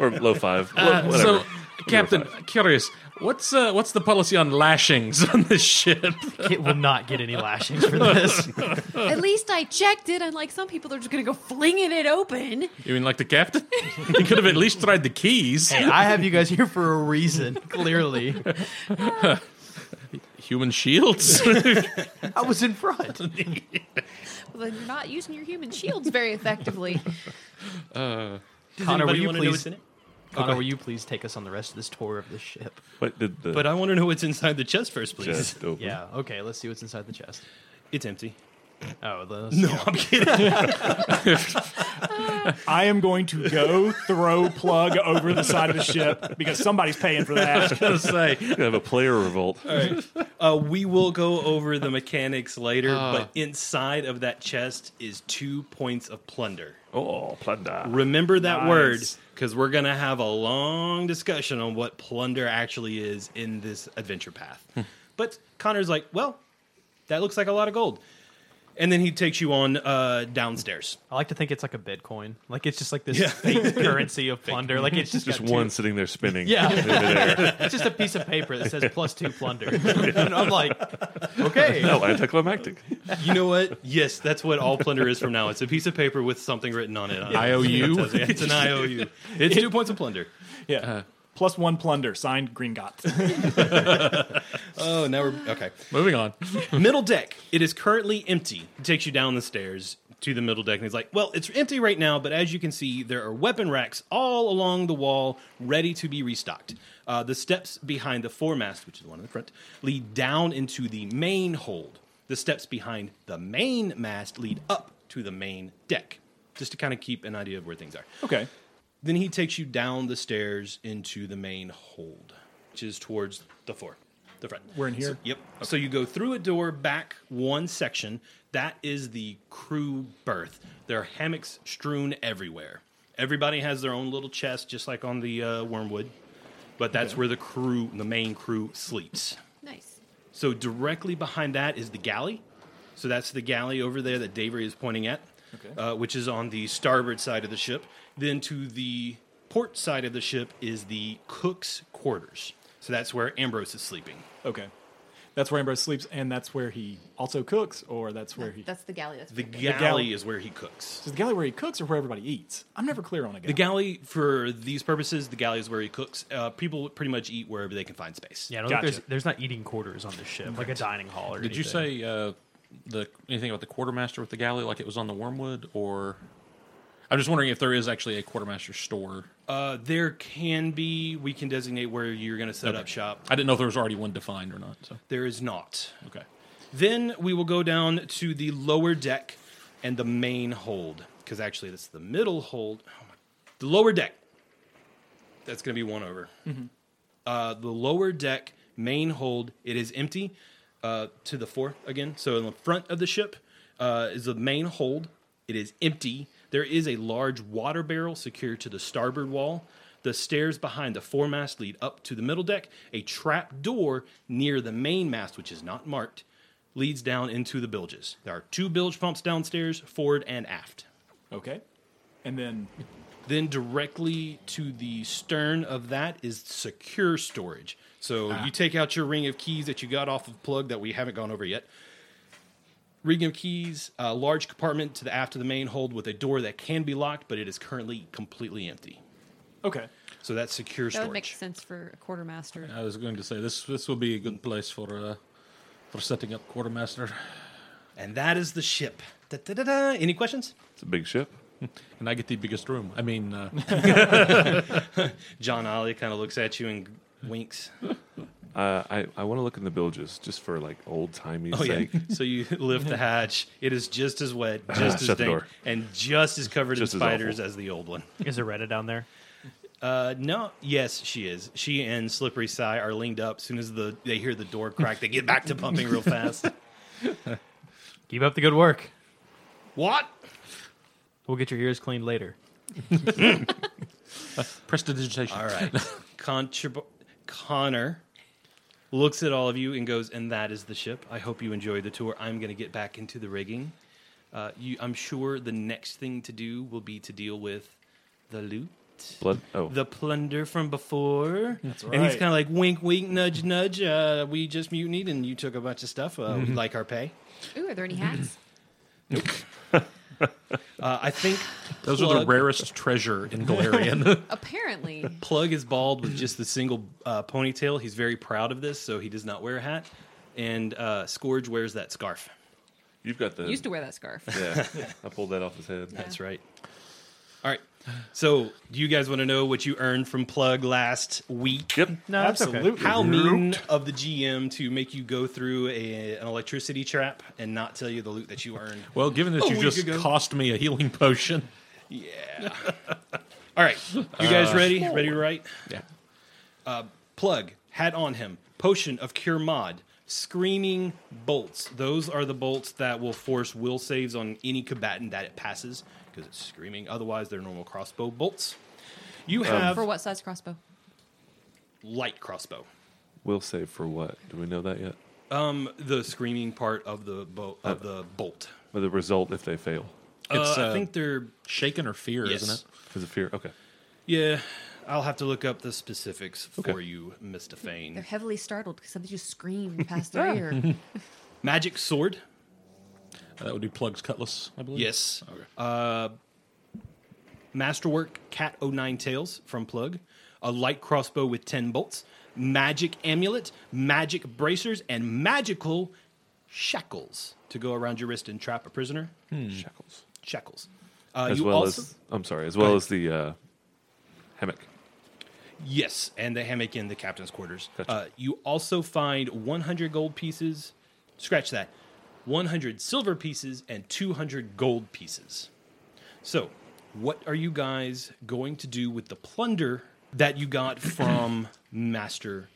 Speaker 5: or low five.
Speaker 4: Uh,
Speaker 5: Whatever.
Speaker 4: so, Captain, curious, what's uh, what's the policy on lashings [LAUGHS] on this ship?
Speaker 8: Kit will not get any lashings for this.
Speaker 6: At least I checked it. Unlike some people, they're just gonna go flinging it open.
Speaker 4: You mean like the captain? [LAUGHS] you could have at least tried the keys.
Speaker 8: Hey, I have you guys here for a reason. [LAUGHS] Clearly,
Speaker 4: Human shields. [LAUGHS]
Speaker 8: I was in front.
Speaker 6: Well, then you're not using your human shields very effectively.
Speaker 8: Connor, will
Speaker 2: Anybody
Speaker 8: you
Speaker 2: wanna know what's
Speaker 8: please?
Speaker 2: in it?
Speaker 8: Connor, will you please take us on the rest of this tour of this ship?
Speaker 5: What did the
Speaker 2: But uh, I want to know what's inside the chest first, please. [LAUGHS]
Speaker 5: chest open?
Speaker 8: Yeah. Okay. Let's see what's inside the chest.
Speaker 2: It's empty.
Speaker 8: Oh, the
Speaker 2: I'm kidding.
Speaker 9: I am going to go throw plug over the side of the ship because somebody's paying for that.
Speaker 4: I was gonna
Speaker 2: [LAUGHS]
Speaker 4: say,
Speaker 5: You have a player revolt.
Speaker 2: Uh, we will go over the mechanics later, but inside of that chest is two points of plunder.
Speaker 5: Oh, plunder.
Speaker 2: Remember that
Speaker 9: Nice.
Speaker 2: word because we're going to have a long discussion on what plunder actually is in this adventure path. but Connor's like, well, that looks like a lot of gold. And then he takes you on uh, downstairs.
Speaker 8: I like to think it's like a Bitcoin. Like it's just like this [LAUGHS] fake currency of plunder. Like it's just
Speaker 5: Just
Speaker 8: got two-
Speaker 5: one sitting there spinning.
Speaker 8: [LAUGHS] Yeah,
Speaker 5: Midair.
Speaker 8: it's just a piece of paper that [LAUGHS] says plus two plunder. and I'm like, okay,
Speaker 5: [LAUGHS] Oh, anticlimactic.
Speaker 2: You know what? yes, that's what all plunder is from now. It's a piece of paper with something written on it.
Speaker 4: IOU.
Speaker 2: It's an IOU. It's two points of plunder.
Speaker 9: Yeah. Plus one plunder, signed [LAUGHS] Gringotts.
Speaker 2: Oh, now we're okay.
Speaker 4: Moving on.
Speaker 2: middle deck. It is currently empty. He takes you down the stairs to the middle deck, and he's like, "Well, it's empty right now, but as you can see, there are weapon racks all along the wall, ready to be restocked." Uh, the steps behind the foremast, which is the one in the front, lead down into the main hold. The steps behind the main mast lead up to the main deck, just to kind of keep an idea of where things are.
Speaker 9: Okay.
Speaker 2: Then he takes you down the stairs into the main hold, which is towards the fore, the front.
Speaker 9: We're in here?
Speaker 2: So- yep. So you go through a door back one section. That is the crew berth. There are hammocks strewn everywhere. Everybody has their own little chest, just like on the uh, Wormwood, but that's where the crew, the main crew, sleeps.
Speaker 6: [LAUGHS] Nice.
Speaker 2: So directly behind that is the galley. So that's the galley over there that Davery is pointing at, uh, which is on the starboard side of the ship. Then to the port side of the ship is the cook's quarters. So that's where Ambrose is sleeping.
Speaker 9: Okay. That's where Ambrose sleeps, and that's where he also cooks, or that's where he.
Speaker 6: That's the galley. That's
Speaker 2: The
Speaker 6: pretty
Speaker 2: galley,
Speaker 9: galley-
Speaker 2: is where he cooks.
Speaker 9: Is the galley where he cooks or where everybody eats? I'm never clear on a
Speaker 2: The
Speaker 9: galley.
Speaker 2: galley, for these purposes, the galley is where he cooks. Uh, people pretty much eat wherever they can find space.
Speaker 8: yeah. I don't think
Speaker 9: Gotcha.
Speaker 8: there's there's not eating quarters on this ship, like a dining hall or
Speaker 4: Did you
Speaker 8: anything.
Speaker 4: say uh, the anything about the quartermaster with the galley, like it was on the Wormwood, or? I'm just wondering if there is actually a quartermaster store.
Speaker 2: Uh, there can be, we can designate where you're going to set up shop.
Speaker 4: I didn't know if there was already one defined or not. So
Speaker 2: There is not.
Speaker 4: okay.
Speaker 2: Then we will go down to the lower deck and the main hold, because actually that's the middle hold. Oh my, the lower deck. That's going to be one over. Uh, the lower deck, main hold, it is empty uh, to the fore again. So in the front of the ship uh, is the main hold. It is empty. There is a large water barrel secured to the starboard wall. The stairs behind the foremast lead up to the middle deck. A trap door near the main mast, which is not marked, leads down into the bilges. There are two bilge pumps downstairs, forward and aft.
Speaker 9: Okay. And then
Speaker 2: Then directly to the stern of that is secure storage.
Speaker 5: Ah.
Speaker 2: So you take out your ring of keys that you got off of plug that we haven't gone over yet. Regan keys a large compartment to the aft of the main hold with a door that can be locked, but it is currently completely empty.
Speaker 9: Okay.
Speaker 2: So that's secure
Speaker 6: That would
Speaker 2: storage.
Speaker 6: make sense for a quartermaster.
Speaker 4: I was going to say this. This will be a good place for uh, for setting up quartermaster.
Speaker 2: And that is the ship. Da-da-da-da. Any questions?
Speaker 5: It's a big ship.
Speaker 4: And I get the biggest room. I
Speaker 2: [LAUGHS]
Speaker 4: mean, uh,
Speaker 2: John Ollie kind of looks at you and
Speaker 5: [LAUGHS]
Speaker 2: winks.
Speaker 5: Uh, I I want to look in the bilges just for like old timey
Speaker 2: Oh yeah. [LAUGHS]
Speaker 5: sake.
Speaker 2: So you lift the hatch. It is just as wet, just as
Speaker 5: Ah, Shut the
Speaker 2: dank,
Speaker 5: door.
Speaker 2: and just as covered
Speaker 5: Just
Speaker 2: in
Speaker 5: as
Speaker 2: spiders
Speaker 5: awful.
Speaker 2: as the old one.
Speaker 8: Is Aretta down there?
Speaker 2: Uh, no. Yes, she is. She and Slippery Sigh are linked up. As soon as the they hear the door crack, they get back to pumping real fast.
Speaker 8: Keep up the good work.
Speaker 2: what?
Speaker 8: We'll get your ears cleaned later.
Speaker 4: prestidigitation.
Speaker 2: All right. Contrib- Connor looks at all of you and goes, and that is the ship. I hope you enjoyed the tour. I'm going to get back into the rigging. Uh, you, I'm sure the next thing to do will be to deal with the loot.
Speaker 5: Blood. Oh,
Speaker 2: The plunder from before, and he's
Speaker 9: right.
Speaker 2: kind of like wink, wink, nudge, nudge. Uh, we just mutinied, and you took a bunch of stuff. Uh,
Speaker 8: Mm-hmm.
Speaker 2: We'd like our pay.
Speaker 6: Ooh, are there any hats?
Speaker 2: Uh, I think
Speaker 4: Those are the
Speaker 2: plug-
Speaker 4: rarest treasure
Speaker 2: [LAUGHS]
Speaker 4: in Galarian.
Speaker 6: Apparently.
Speaker 2: Plug is bald with just the single uh, ponytail. He's very proud of this, so he does not wear a hat. And uh, Scourge wears that scarf.
Speaker 5: you've got the.
Speaker 6: Used to wear that scarf.
Speaker 5: [LAUGHS] yeah, I pulled that off his head.
Speaker 2: That's right. All right. So, do you guys want to know what you earned from Plug last week?
Speaker 5: Yep.
Speaker 8: No, that's okay.
Speaker 9: Absolutely.
Speaker 2: How mean of the GM to make you go through a, an electricity trap and not tell you the loot that you earned?
Speaker 4: well, given that
Speaker 2: A
Speaker 4: you
Speaker 2: week
Speaker 4: just
Speaker 2: ago.
Speaker 4: cost me a healing potion,
Speaker 2: Yeah. All right. You guys ready? Ready to write? Uh,
Speaker 4: yeah,
Speaker 2: plug had on him potion of cure mod screening bolts those are the bolts that will force will saves on any combatant that it passes because it's screaming otherwise they're normal crossbow bolts you have
Speaker 6: For what size crossbow?
Speaker 2: light crossbow
Speaker 5: Will save for what? Do we know that yet?
Speaker 2: um the screaming part of the bo- of the bolt
Speaker 5: Or the result if they fail
Speaker 4: It's,
Speaker 2: Uh, i
Speaker 4: uh,
Speaker 2: think they're
Speaker 4: shaken or fear,
Speaker 2: Yes.
Speaker 4: isn't
Speaker 5: because of fear. Okay.
Speaker 2: yeah i'll have to look up the specifics for you mr fane
Speaker 6: They're heavily startled because something just screamed past their ear.
Speaker 2: magic sword
Speaker 4: it? Uh, That would be Plug's cutlass, I believe.
Speaker 2: Yes. Uh, Masterwork Cat O Nine Tails from Plug, a light crossbow with 10 bolts, magic amulet, magic bracers, and magical shackles to go around your wrist and trap a prisoner.
Speaker 5: Shackles.
Speaker 2: Shackles. Uh,
Speaker 5: Hmm. As
Speaker 2: you
Speaker 5: well
Speaker 2: also,
Speaker 5: as I'm sorry. As well as the uh, hammock.
Speaker 2: Yes, and the hammock in the captain's quarters. Uh, you also find 100 gold pieces. Scratch that. 100 silver pieces and 200 gold pieces. So, what are you guys going to do with the plunder that you got
Speaker 9: [COUGHS]
Speaker 2: from Master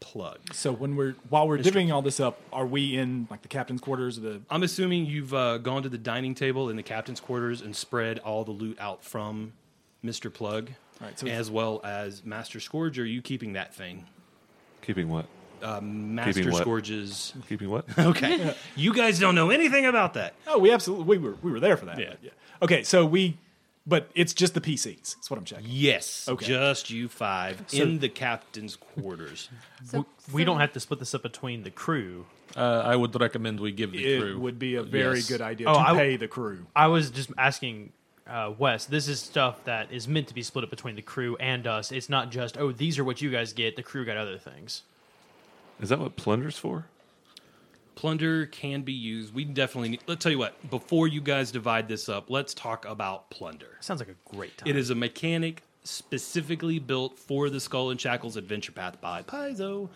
Speaker 2: Plug?
Speaker 9: So when we're while we're divvying all this up, are we in like the captain's quarters? Or the
Speaker 2: I'm assuming you've uh, gone to the dining table in the captain's quarters and spread all the loot out from Mr. Plug,
Speaker 9: Right, so-
Speaker 2: as well as Master Scourge. Are you keeping that thing?
Speaker 5: Keeping what?
Speaker 2: Master
Speaker 5: what?
Speaker 2: Scourge's
Speaker 5: Keeping what? [LAUGHS]
Speaker 2: Okay. [LAUGHS] you guys don't know anything about that.
Speaker 9: oh, we absolutely we were we were there for that.
Speaker 2: Yeah.
Speaker 9: but Okay, so we, but it's just the PCs. That's what I'm checking.
Speaker 2: Yes.
Speaker 9: Okay.
Speaker 2: Just you five in the captain's quarters.
Speaker 9: [LAUGHS]
Speaker 6: So,
Speaker 8: We don't
Speaker 6: so-
Speaker 8: have to split this up between the crew.
Speaker 4: Uh, I would recommend we give the
Speaker 9: It
Speaker 4: crew.
Speaker 9: would be a very
Speaker 4: Yes.
Speaker 9: good idea
Speaker 8: Oh,
Speaker 9: to
Speaker 8: I-
Speaker 9: pay the crew.
Speaker 8: I was just asking uh, Wes. This is stuff that is meant to be split up between the crew and us. It's not just oh, these are what you guys get. The crew got other things.
Speaker 5: Is that what plunder's for?
Speaker 2: Plunder can be used. We definitely need. Let's tell you what. Before you guys divide this up, let's talk about plunder.
Speaker 8: Sounds like a great time.
Speaker 2: It is a mechanic specifically built for the Skull and Shackles Adventure Path by Paizo.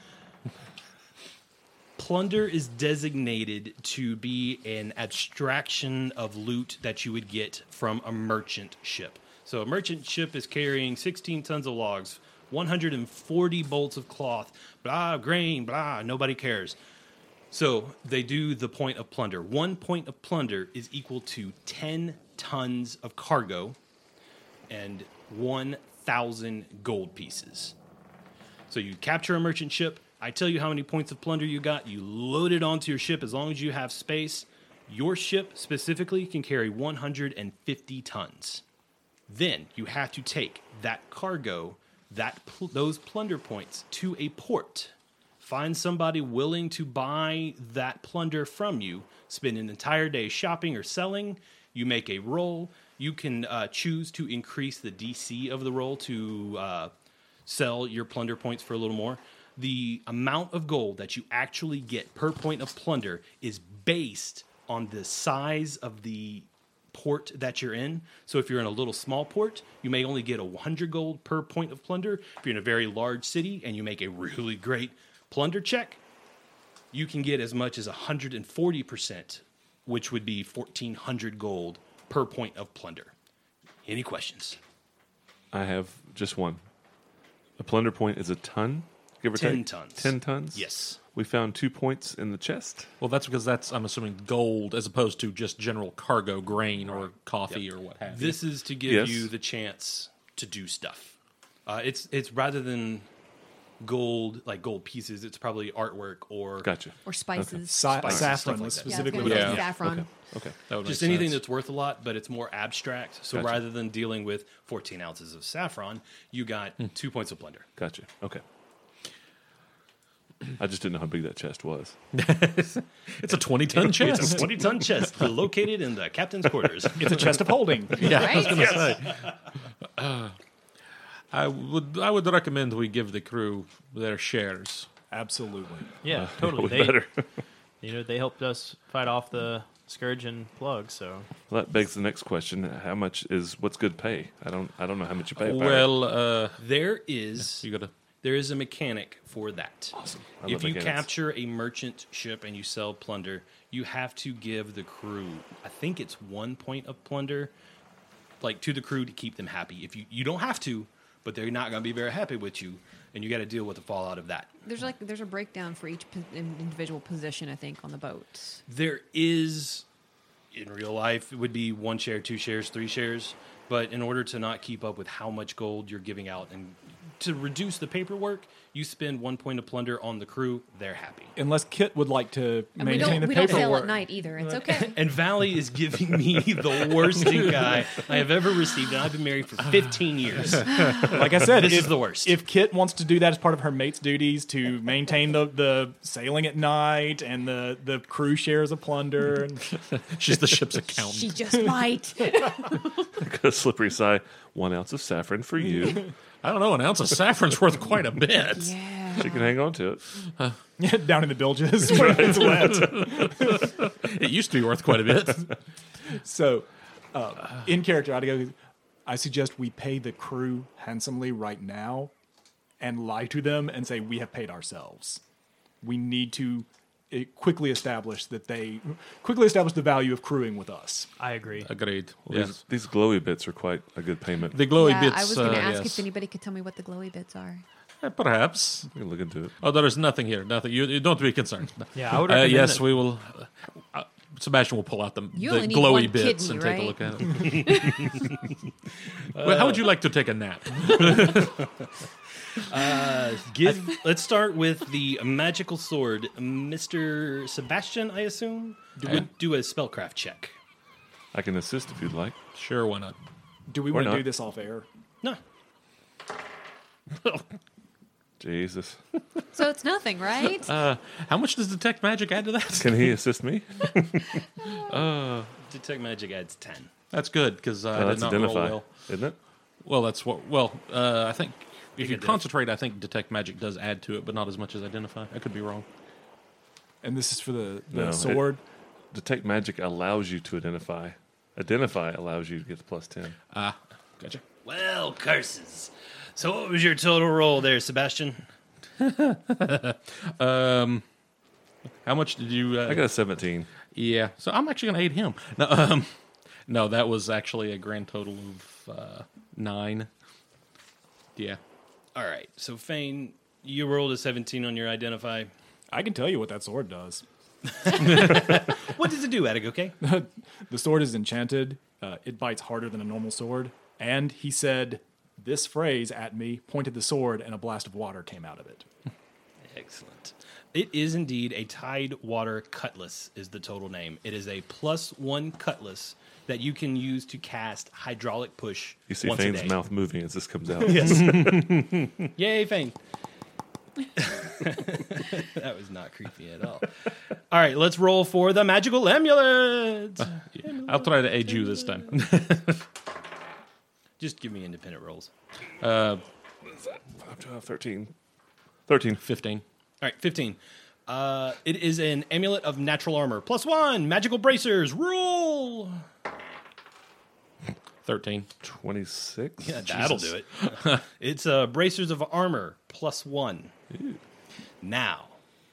Speaker 2: Plunder is designated to be an abstraction of loot that you would get from a merchant ship. So, a merchant ship is carrying 16 tons of logs, 140 bolts of cloth, blah, grain, blah, nobody cares. So they do the point of plunder. One point of plunder is equal to 10 tons of cargo and 1,000 gold pieces. So you capture a merchant ship. I tell you how many points of plunder you got. You load it onto your ship as long as you have space. Your ship specifically can carry 150 tons. Then you have to take that cargo, that pl- those plunder points to a port Find somebody willing to buy that plunder from you. Spend an entire day shopping or selling. You make a roll. You can uh, choose to increase the DC of the roll to uh, sell your plunder points for a little more. The amount of gold that you actually get per point of plunder is based on the size of the port that you're in. So if you're in a little small port, you may only get a 100 gold per point of plunder. If you're in a very large city and you make a really great plunder check, you can get as much as 140%, which would be 1400 gold per point of plunder. Any questions?
Speaker 5: I have just one. A plunder point is a ton, give or
Speaker 2: 10
Speaker 5: take.
Speaker 2: tons.
Speaker 5: Ten tons.
Speaker 2: Yes.
Speaker 5: We found two points in the chest.
Speaker 4: Well, that's because that's I'm assuming gold as opposed to just general cargo, grain or coffee or what have you.
Speaker 2: This is to give
Speaker 5: Yes.
Speaker 2: you the chance to do stuff. Uh, it's it's rather than gold like gold pieces. It's probably artwork or
Speaker 5: Gotcha.
Speaker 6: Or spices.
Speaker 9: Sa-
Speaker 2: Spices, stuff
Speaker 9: saffron
Speaker 2: like
Speaker 9: was
Speaker 2: that.
Speaker 6: Yeah, I was
Speaker 9: specifically
Speaker 6: gonna
Speaker 9: what
Speaker 6: say
Speaker 4: Yeah.
Speaker 9: I-
Speaker 6: saffron.
Speaker 5: Okay.
Speaker 4: That would
Speaker 2: just
Speaker 4: make
Speaker 2: anything
Speaker 4: sense.
Speaker 2: that's worth a lot, but it's more abstract. So
Speaker 5: Gotcha.
Speaker 2: rather than dealing with 14 ounces of saffron, you got two points of plunder.
Speaker 5: Gotcha. Okay. [CLEARS THROAT] I just didn't know how big that chest was.
Speaker 4: it's a 20
Speaker 2: [LAUGHS]
Speaker 4: ton
Speaker 2: It's a
Speaker 4: chest.
Speaker 2: 20 ton chest located in the captain's quarters.
Speaker 9: It's a chest of holding. [LAUGHS]
Speaker 6: Right?
Speaker 4: I would I would recommend we give the crew
Speaker 2: [LAUGHS]
Speaker 4: their shares.
Speaker 9: Absolutely.
Speaker 8: Yeah, totally.
Speaker 5: Probably
Speaker 8: They,
Speaker 5: better.
Speaker 8: [LAUGHS] you know, they helped us fight off the scourge and plug. So
Speaker 5: Well, that begs the next question: How much is what's good pay? I don't. I don't know how much you pay. a pirate.
Speaker 4: Well, uh,
Speaker 2: There is
Speaker 4: you gotta
Speaker 2: there is a mechanic for that. Awesome.
Speaker 5: I
Speaker 2: if
Speaker 5: love
Speaker 2: you
Speaker 5: mechanics.
Speaker 2: capture a merchant ship and you sell plunder, you have to give the crew, I think it's one point of plunder, like to the crew to keep them happy. If you, you don't have to, but they're not going to be very happy with you, and you got to deal with the fallout of that.
Speaker 6: There's like there's a breakdown for each po- in- individual position, I think, on the boat.
Speaker 2: There is, in real life, it would be one share, two shares, three shares. But in order to not keep up with how much gold you're giving out and to reduce the paperwork, you spend one point of plunder on the crew. They're happy.
Speaker 9: Unless Kit would like to
Speaker 6: And we
Speaker 9: maintain
Speaker 6: don't
Speaker 9: the
Speaker 6: we don't
Speaker 9: paperwork.
Speaker 6: sail at night either. It's okay.
Speaker 2: [LAUGHS] And Valley is giving me the worst guy I have ever received, and I've been married for 15 years.
Speaker 9: Like I said,
Speaker 2: This
Speaker 9: if,
Speaker 2: is the worst.
Speaker 9: If Kit wants to do that as part of her mate's duties to maintain the, the sailing at night and the, the crew shares of plunder, and
Speaker 4: she's the ship's accountant.
Speaker 6: she just might.
Speaker 5: [LAUGHS] a slippery sigh. One ounce of saffron
Speaker 4: [LAUGHS]
Speaker 5: for you.
Speaker 4: I don't know, an ounce of saffron's worth quite a bit.
Speaker 6: yeah.
Speaker 5: she can hang on to it.
Speaker 9: down in the bilges where it's wet.
Speaker 4: It used to be worth quite a bit.
Speaker 9: So, uh, in character, I'd go. I suggest we pay the crew handsomely right now, and lie to them and say we have paid ourselves. We need to uh, quickly establish that they quickly establish the value of crewing with us.
Speaker 8: I agree.
Speaker 4: Agreed.
Speaker 5: These,
Speaker 4: Yes.
Speaker 5: these glowy bits are quite a good payment.
Speaker 4: The glowy
Speaker 6: yeah,
Speaker 4: bits.
Speaker 6: I was going
Speaker 4: uh,
Speaker 6: to ask if
Speaker 4: yes.
Speaker 6: anybody could tell me what the glowy bits are.
Speaker 4: Eh, Perhaps.
Speaker 5: We can look into it.
Speaker 4: Oh, there is nothing here. Nothing. You, you don't be concerned.
Speaker 8: Yeah, I would
Speaker 4: Uh,
Speaker 8: recommend
Speaker 4: yes,
Speaker 8: that-
Speaker 4: we will. Uh, Sebastian will pull out the,
Speaker 6: You
Speaker 4: the
Speaker 6: only need
Speaker 4: glowy
Speaker 6: one
Speaker 4: bits
Speaker 6: kidney,
Speaker 4: and
Speaker 6: right?
Speaker 4: take a look at it.
Speaker 6: [LAUGHS]
Speaker 4: [LAUGHS] well, how would you like to take a nap?
Speaker 2: Give, let's start with the magical sword. Mr. Sebastian, I assume, would do a spellcraft check.
Speaker 5: I can assist if you'd like.
Speaker 4: Sure, why not?
Speaker 9: [LAUGHS] Do we want to
Speaker 5: not.
Speaker 9: do this off air?
Speaker 2: No.
Speaker 5: Jesus.
Speaker 6: So it's nothing, right?
Speaker 4: How much does detect magic add to that? [LAUGHS]
Speaker 5: Can he assist me?
Speaker 2: Detect magic adds 10.
Speaker 4: That's good because uh, I
Speaker 5: Oh,
Speaker 4: did
Speaker 5: that's
Speaker 4: not
Speaker 5: identify,
Speaker 4: roll well.
Speaker 5: isn't it?
Speaker 4: Well, that's what. Well, uh, I think if you
Speaker 2: it did.
Speaker 4: concentrate, I think detect magic does add to it, but not as much as identify. I could be wrong.
Speaker 9: And this is for the, the
Speaker 5: No, it-
Speaker 9: sword.
Speaker 5: Detect magic allows you to identify. Identify allows you to get the plus ten.
Speaker 4: Ah, gotcha.
Speaker 2: Well, curses. So, what was your total roll there, Sebastian?
Speaker 4: Um, how much did you? Uh,
Speaker 5: I got a seventeen.
Speaker 4: Yeah, so I'm actually going to aid him. No, um, no, that was actually a grand total of uh, nine. Yeah,
Speaker 2: All right. So, Fane, you rolled a 17 on your identify.
Speaker 9: I can tell you what that sword does.
Speaker 2: What does it do, Attic? Okay.
Speaker 9: The sword is enchanted. Uh, it bites harder than a normal sword. And he said this phrase at me, pointed the sword, and a blast of water came out of it.
Speaker 2: Excellent. It is indeed a Tide Water Cutlass, is the total name. It is a plus one cutlass that you can use to cast hydraulic push.
Speaker 5: You see
Speaker 2: once a
Speaker 5: Fane's
Speaker 2: day.
Speaker 4: [LAUGHS]
Speaker 5: mouth moving as this comes out.
Speaker 2: Yay, Fane. [LAUGHS] that was not creepy at all. [LAUGHS] All right, let's roll for the magical [LAUGHS] amulet.
Speaker 4: I'll try to aid you this time.
Speaker 2: [LAUGHS] Just give me independent rolls.
Speaker 4: Uh,
Speaker 5: 5, 12, 13. 13.
Speaker 4: 15.
Speaker 2: All right, 15. Uh, it is an amulet of natural armor. Plus one, magical bracers, rule.
Speaker 4: 13.
Speaker 5: 26.
Speaker 2: Yeah, that'll do it. [LAUGHS] it's uh, bracers of armor, plus one. Now,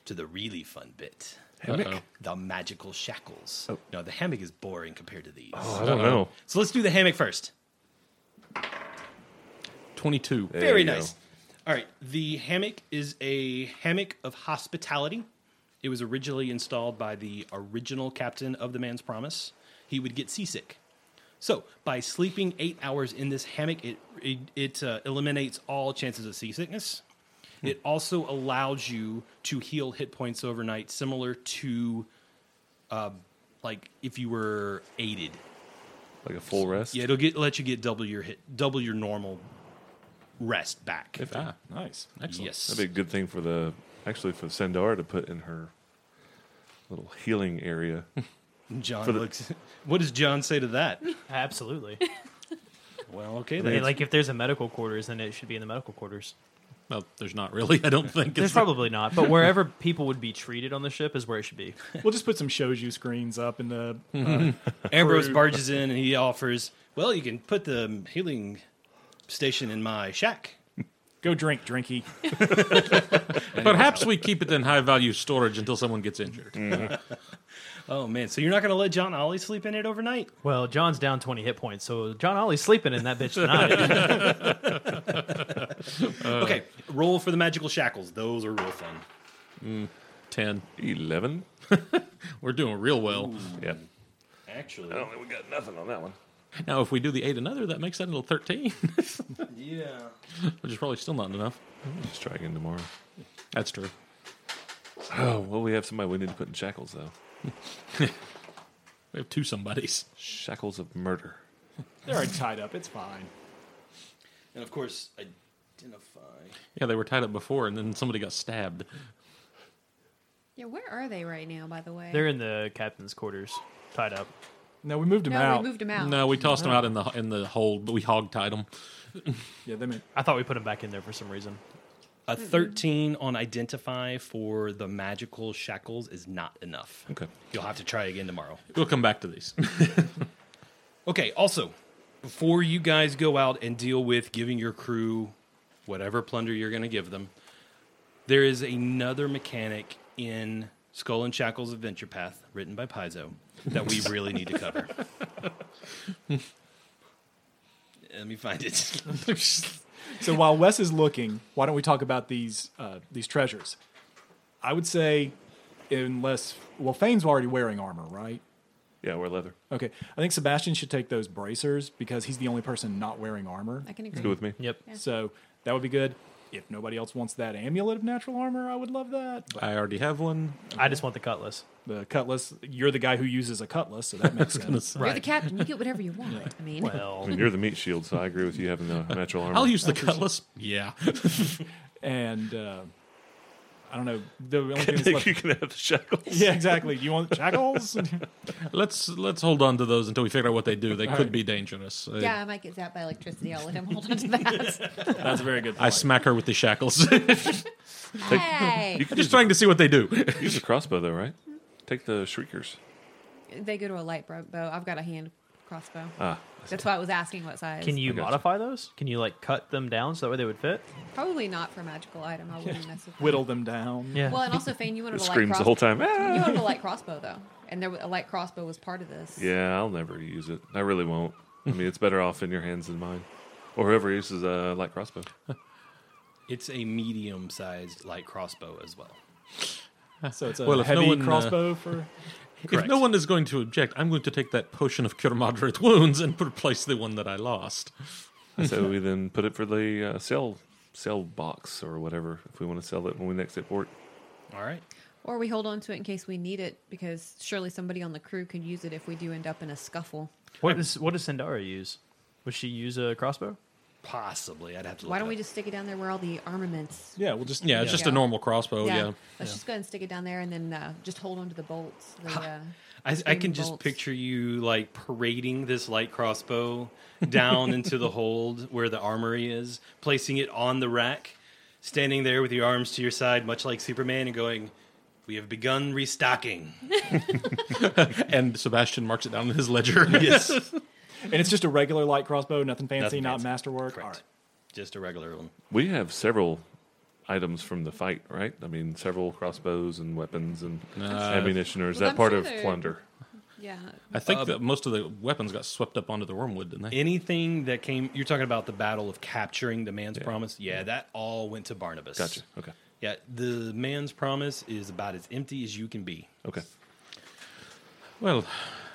Speaker 2: to the really fun bit.
Speaker 4: Uh-oh.
Speaker 2: The magical shackles. No, the hammock is boring compared to these.
Speaker 5: I don't know.
Speaker 2: So let's do the hammock first.
Speaker 4: 22.
Speaker 5: There
Speaker 2: Very
Speaker 5: you go.
Speaker 2: nice. All right. The hammock is a hammock of hospitality. It was originally installed by the original captain of the man's promise. He would get seasick. So, by sleeping eight hours in this hammock, it, it, it uh, eliminates all chances of seasickness. It
Speaker 5: Hmm.
Speaker 2: also allows you to heal hit points overnight, similar to uh, like if you were aided.
Speaker 5: Like a full rest.
Speaker 2: Yeah, it'll get let you get double your hit, double your normal rest back.
Speaker 4: Ah,
Speaker 9: Nice.
Speaker 4: excellent.
Speaker 2: Yes.
Speaker 5: That'd be a good thing for the actually for Sendar to put in her little healing area.
Speaker 2: John
Speaker 5: for the-
Speaker 2: looks. [LAUGHS] What does John say to that?
Speaker 8: Absolutely.
Speaker 2: Well, okay
Speaker 8: Hey,
Speaker 2: then.
Speaker 8: like if there's a medical quarters, then it should be in the medical quarters.
Speaker 4: Well, Oh, there's not really, I don't think.
Speaker 8: There's
Speaker 4: It's
Speaker 8: probably not, but wherever people would be treated on the ship is where it
Speaker 2: [LAUGHS]
Speaker 8: should be.
Speaker 9: [LAUGHS] We'll just put some shows you screens up in the.
Speaker 2: [LAUGHS] Ambrose barges in and he offers, "Well, you can put the healing station in my shack."
Speaker 9: Go drink, drinky.
Speaker 4: [LAUGHS] Perhaps we keep it in high value storage until someone gets injured.
Speaker 2: Oh man, so you're not going to let John Ollie sleep in it overnight?
Speaker 8: Well, John's down 20 hit points, so John Ollie's sleeping in that
Speaker 2: [LAUGHS]
Speaker 8: bitch tonight.
Speaker 5: Uh.
Speaker 2: okay, roll for the magical shackles. Those are real fun.
Speaker 4: 10.
Speaker 5: 11?
Speaker 4: We're doing real well.
Speaker 5: Yeah.
Speaker 2: Actually,
Speaker 5: I don't think we got nothing on that one.
Speaker 4: Now, if we do the 8 another, that makes that into 13,
Speaker 2: yeah.
Speaker 4: [LAUGHS] which is probably still not enough.
Speaker 5: Let's try again tomorrow.
Speaker 4: That's true.
Speaker 5: [CLEARS THROAT] Oh, well, we have somebody we need to put in shackles, though.
Speaker 4: We have two somebodies.
Speaker 5: Shackles of murder.
Speaker 9: They're already tied up. It's fine.
Speaker 2: And of course, identify.
Speaker 4: Yeah, they were tied up before, and then somebody got stabbed.
Speaker 6: Yeah, where are they right now, by the way?
Speaker 8: They're in the captain's quarters, tied up.
Speaker 9: No, we moved him
Speaker 6: no,
Speaker 9: out.
Speaker 6: we moved them out.
Speaker 4: No, we tossed them out in the in the hold, but we hogtied them.
Speaker 9: yeah, they made.
Speaker 8: I thought we put him back in there for some reason.
Speaker 2: A 13 on identify for the magical shackles is not enough.
Speaker 5: Okay.
Speaker 2: You'll have to try again tomorrow.
Speaker 4: We'll come back to these. [LAUGHS]
Speaker 2: Okay, also, before you guys go out and deal with giving your crew whatever plunder you're going to give them, there is another mechanic in Skull and Shackles Adventure Path, written by Paizo, that
Speaker 4: [LAUGHS]
Speaker 2: we really need to cover. Let me find it.
Speaker 9: So while Wes is looking, why don't we talk about these uh, these treasures? I would say, unless well, Fane's already wearing armor, right?
Speaker 5: Yeah, wear leather.
Speaker 9: Okay, I think Sebastian should take those bracers because he's the only person not wearing armor.
Speaker 6: I can
Speaker 5: Good
Speaker 6: agree.
Speaker 5: with me?
Speaker 8: Yep.
Speaker 9: So that would be good. If nobody else wants that amulet of natural armor, I would love that. But
Speaker 4: I already have one.
Speaker 8: I just want the cutlass.
Speaker 9: the cutlass, you're the guy who uses a cutlass, so [LAUGHS] that makes sense.
Speaker 6: You're the captain. You get whatever you want. I mean,
Speaker 5: I
Speaker 8: Well,
Speaker 11: Hmm.
Speaker 5: mean, you're the meat shield, so I agree with you
Speaker 4: [LAUGHS]
Speaker 5: having the natural armor.
Speaker 4: I'll use the cutlass. Yeah,
Speaker 9: And uh, I don't know. The only thing
Speaker 5: I
Speaker 9: that's
Speaker 5: think
Speaker 9: left.
Speaker 5: [LAUGHS] you can have the shackles.
Speaker 4: [LAUGHS]
Speaker 9: [LAUGHS] Yeah, exactly. You want shackles?
Speaker 4: [LAUGHS] let's let's hold on to those until we figure out what they do. They could be dangerous. Uh,
Speaker 6: yeah, I might get zapped by electricity. I'll let him hold on to that.
Speaker 9: that's a very good.
Speaker 4: I smack her with the shackles. [LAUGHS] I'm
Speaker 6: hey,
Speaker 5: You
Speaker 4: just
Speaker 5: can just
Speaker 4: trying to see what they do.
Speaker 5: use the crossbow, though, right? Take the shriekers.
Speaker 6: they go to a light bro- bow. I've got a hand crossbow.
Speaker 5: Ah,
Speaker 6: That's why I was asking what size.
Speaker 8: can you
Speaker 5: I gotcha.
Speaker 8: modify those? Can you like cut them down so that way they would fit?
Speaker 6: Probably not for a magical item. I wouldn't mess with.
Speaker 9: Whittle them down.
Speaker 8: Yeah.
Speaker 6: Well, and also, Fane, you wanted a light
Speaker 5: screams
Speaker 6: crossbow.
Speaker 5: the whole time. "Ah!"
Speaker 6: You wanted a light crossbow though, and there was, a light crossbow was part of this.
Speaker 5: Yeah, I'll never use it. I really won't. I mean, it's better off in your hands than mine. Or whoever uses a
Speaker 4: [LAUGHS]
Speaker 5: light crossbow.
Speaker 2: It's a medium sized light crossbow as well.
Speaker 9: So it's a
Speaker 4: Well, if no
Speaker 9: heavy
Speaker 4: one, uh,
Speaker 9: crossbow for.
Speaker 4: If no one is going to object, I'm going to take that potion of cure moderate wounds and replace the one that I lost.
Speaker 5: so we then put it for the uh, sale sale box or whatever if we want to sell it when we next hit port.
Speaker 2: All right.
Speaker 6: Or we hold on to it in case we need it, because surely somebody on the crew could use it if we do end up in a scuffle.
Speaker 8: What does what does Sandara use? Would she use a crossbow?
Speaker 2: Possibly, I'd have to. Look
Speaker 6: Why don't
Speaker 2: it
Speaker 6: we
Speaker 2: up.
Speaker 6: just stick it down there where all the armaments?
Speaker 9: Yeah, we'll just.
Speaker 4: Yeah, it's just a normal crossbow. Yeah.
Speaker 6: Let's just go ahead and stick it down there, and then uh, just hold on to the bolts. The, uh,
Speaker 11: I, I
Speaker 6: screaming
Speaker 11: can just
Speaker 6: bolts.
Speaker 11: picture you like parading this light crossbow down into the hold where the armory is, placing it on the rack, standing there with your arms to your side, much like Superman, and going, "We have begun restocking."
Speaker 4: and Sebastian marks it down in his [LAUGHS] ledger.
Speaker 11: yes,
Speaker 9: And it's just a regular light crossbow, nothing fancy,
Speaker 11: Nothing
Speaker 9: not
Speaker 11: fancy.
Speaker 9: masterwork.
Speaker 11: Correct.
Speaker 9: All right.
Speaker 11: just a regular one.
Speaker 5: We have several items from the fight, right? I mean, several crossbows and weapons and ammunition, or is
Speaker 6: Well,
Speaker 5: that
Speaker 6: I'm
Speaker 5: part
Speaker 6: sure
Speaker 5: of
Speaker 6: they're-
Speaker 5: plunder?
Speaker 6: Yeah.
Speaker 4: I think that most of the weapons got swept up onto the wormwood, didn't they?
Speaker 2: Anything that came, you're talking about the battle of capturing the man's promise. Yeah, that all went to Barnabas.
Speaker 5: Gotcha. Okay.
Speaker 2: Yeah, the man's promise is about as empty as you can be.
Speaker 5: Okay.
Speaker 4: Well,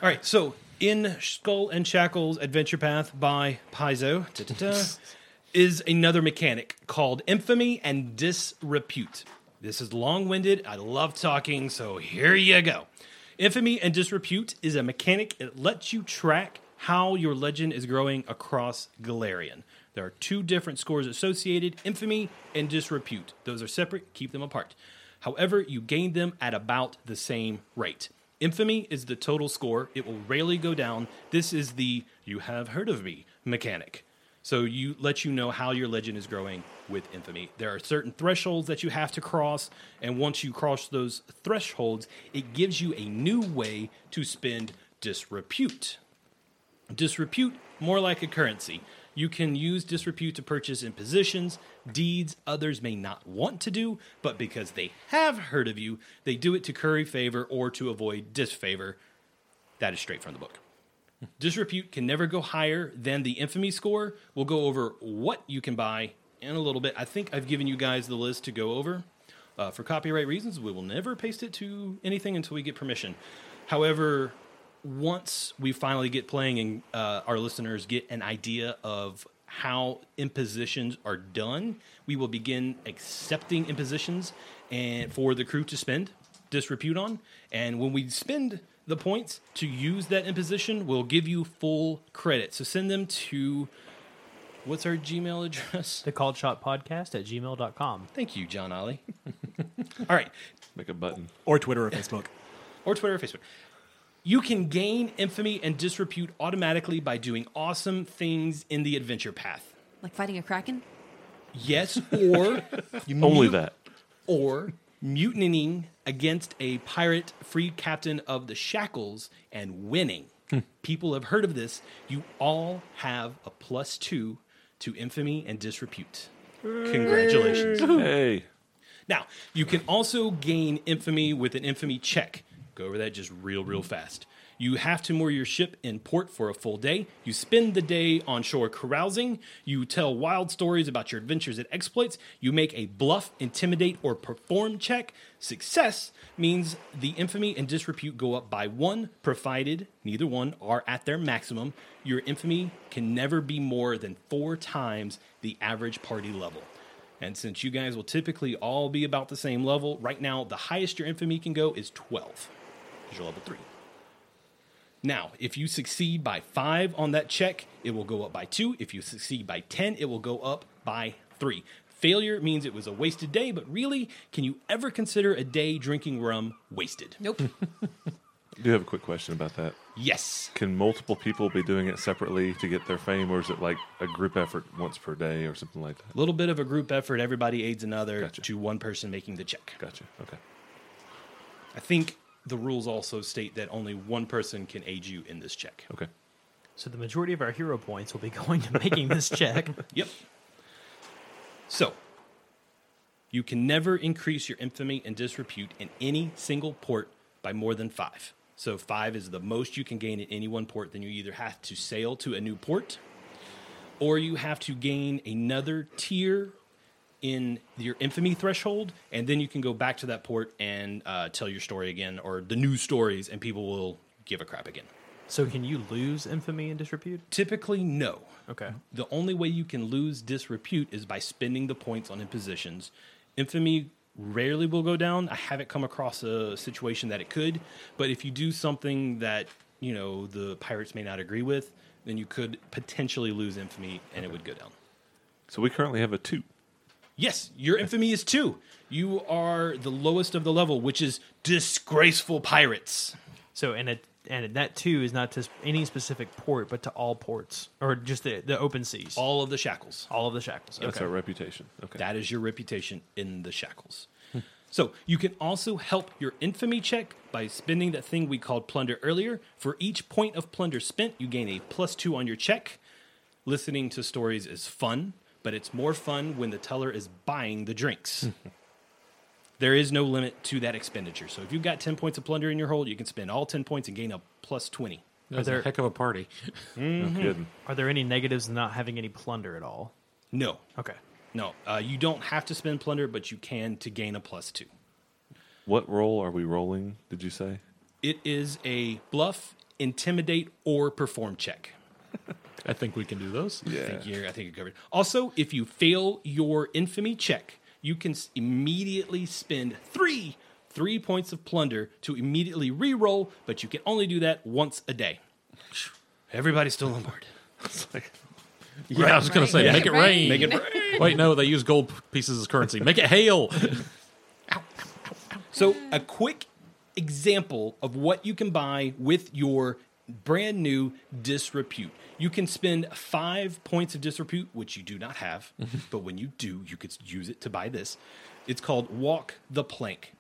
Speaker 2: All right, so in Skull and Shackles Adventure Path by Paizo da-da-da, is another mechanic called Infamy and Disrepute. This is long winded. I love talking, so here you go. Infamy and Disrepute is a mechanic that lets you track how your legend is growing across Galarian. There are two different scores associated Infamy and Disrepute. Those are separate, keep them apart. However, you gain them at about the same rate. Infamy is the total score. It will rarely go down. This is the you have heard of me mechanic. So you let you know how your legend is growing with infamy. There are certain thresholds that you have to cross, and once you cross those thresholds, it gives you a new way to spend disrepute. Disrepute, more like a currency. You can use disrepute to purchase in positions, deeds others may not want to do, but because they have heard of you, they do it to curry favor or to avoid disfavor. That is straight from the book. Disrepute can never go higher than the infamy score. We'll go over what you can buy in a little bit. I think I've given you guys the list to go over. Uh, for copyright reasons, we will never paste it to anything until we get permission. However, once we finally get playing and uh, our listeners get an idea of how impositions are done, we will begin accepting impositions and for the crew to spend disrepute on. And when we spend the points to use that imposition, we'll give you full credit. So send them to what's our Gmail address?
Speaker 8: The called shot podcast at gmail.com.
Speaker 2: Thank you, John Ollie. [LAUGHS] All right.
Speaker 5: Make a button.
Speaker 9: Or Twitter or [LAUGHS] Facebook.
Speaker 2: or Twitter or Facebook. You can gain infamy and disrepute automatically by doing awesome things in the adventure path.
Speaker 6: Like fighting a kraken.
Speaker 2: Yes, or
Speaker 5: Only
Speaker 2: mute-
Speaker 5: that.
Speaker 2: or mutinying against a pirate free captain of the shackles and winning. People have heard of this. You all have a plus two to infamy and disrepute. Congratulations.
Speaker 5: Hey,
Speaker 2: Now, you can also gain infamy with an infamy check. Go over that just real, real fast. You have to moor your ship in port for a full day. You spend the day on shore carousing. You tell wild stories about your adventures and exploits. You make a bluff, intimidate, or perform check. Success means the infamy and disrepute go up by one, provided neither one are at their maximum. Your infamy can never be more than four times the average party level. And since you guys will typically all be about the same level, right now the highest your infamy can go is 12. 'cause you're level 3. Now, if you succeed by 5 on that check, it will go up by 2. If you succeed by 10, it will go up by 3. Failure means it was a wasted day, but really, can you ever consider a day drinking rum wasted?
Speaker 6: Nope.
Speaker 5: I do have a quick question about that.
Speaker 2: Yes.
Speaker 5: Can multiple people be doing it separately to get their fame, or is it like a group effort once per day or something like that?
Speaker 2: A little bit of a group effort, everybody aids another
Speaker 5: Gotcha.
Speaker 2: to one person making the check.
Speaker 5: Gotcha. Okay.
Speaker 2: I think the rules also state that only one person can aid you in this check.
Speaker 5: Okay.
Speaker 8: So the majority of our hero points will be [LAUGHS] going to making this
Speaker 11: [LAUGHS]
Speaker 8: check.
Speaker 2: Yep. So, you can never increase your infamy and disrepute in any single port by more than five. So, five is the most you can gain in any one port. Then you either have to sail to a new port or you have to gain another tier in your infamy threshold. And then you can go back to that port and uh, tell your story again or the new stories, and people will give a crap again.
Speaker 8: So can you lose infamy and disrepute?
Speaker 2: Typically, no.
Speaker 8: Okay.
Speaker 2: The only way you can lose disrepute is by spending the points on impositions. Infamy rarely will go down. I haven't come across a situation that it could, but if you do something that, you know, the pirates may not agree with, then you could potentially lose infamy and it would go down.
Speaker 5: So we currently have a two.
Speaker 2: Yes, your infamy is two. You are the lowest of the level, which is disgraceful pirates.
Speaker 8: So and it and that too is not to s- any specific port, but to all ports or just the, the open seas.
Speaker 2: All of the shackles.
Speaker 8: All of the shackles.
Speaker 5: That's
Speaker 8: okay.
Speaker 5: our reputation. Okay.
Speaker 2: That is your reputation in the shackles. [LAUGHS] so you can also help your infamy check by spending that thing we called plunder earlier. For each point of plunder spent, you gain a plus two on your check. Listening to stories is fun, but it's more fun when the teller is buying the drinks. there is no limit to that expenditure. So if you've got 10 points of plunder in your hold, you can spend all 10 points and gain a plus 20.
Speaker 4: That's a heck of a party.
Speaker 8: Mhm. Are there any negatives in not having any plunder at all?
Speaker 2: No.
Speaker 8: Okay.
Speaker 2: No. Uh, you don't have to spend plunder, but you can to gain a plus two.
Speaker 5: What roll are we rolling? Did you say?
Speaker 2: It is a bluff, intimidate, or perform check.
Speaker 4: I think we can do those.
Speaker 2: I think you're, I think you're covered. Also, if you fail your infamy check, you can s- immediately spend three three points of plunder to immediately re-roll, but you can only do that once a day. Everybody's still on board.
Speaker 4: Yeah, I was going to say,
Speaker 2: Yeah.
Speaker 4: make it rain.
Speaker 2: Make it rain.
Speaker 4: Wait, no, they use gold pieces as currency. Make it [LAUGHS] hail.
Speaker 2: So, a quick example of what you can buy with your brand new disrepute. You can spend five points of disrepute, which you do not have, but when you do, you could use it to buy this. It's called Walk the Plank.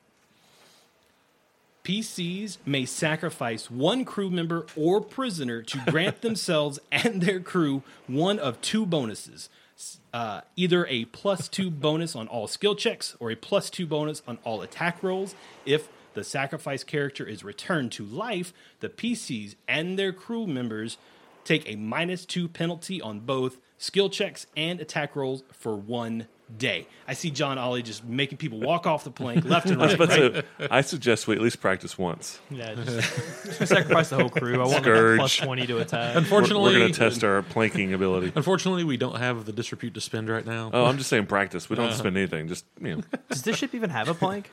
Speaker 2: PCs may sacrifice one crew member or prisoner to grant themselves and their crew one of two bonuses S- uh, either a plus two bonus on all skill checks or a plus two bonus on all attack rolls. If the sacrifice character is returned to life, the PCs and their crew members take a minus two penalty on both skill checks and attack rolls for one day. I see John Ollie just making people walk off the plank left
Speaker 5: [LAUGHS]
Speaker 2: and
Speaker 5: I was
Speaker 2: right.
Speaker 5: about to
Speaker 2: right?
Speaker 5: say, I suggest we at least practice once.
Speaker 8: Yeah, just, just [LAUGHS] sacrifice the whole crew. I want like a
Speaker 5: Scourge.
Speaker 8: plus twenty to attack.
Speaker 4: Unfortunately,
Speaker 5: we're, we're going to test our planking ability.
Speaker 4: Unfortunately, we don't have the disrepute to spend right now.
Speaker 5: Oh, I'm just saying practice. We don't
Speaker 4: Uh.
Speaker 5: spend anything. Just you know,
Speaker 8: Does this ship even have a plank?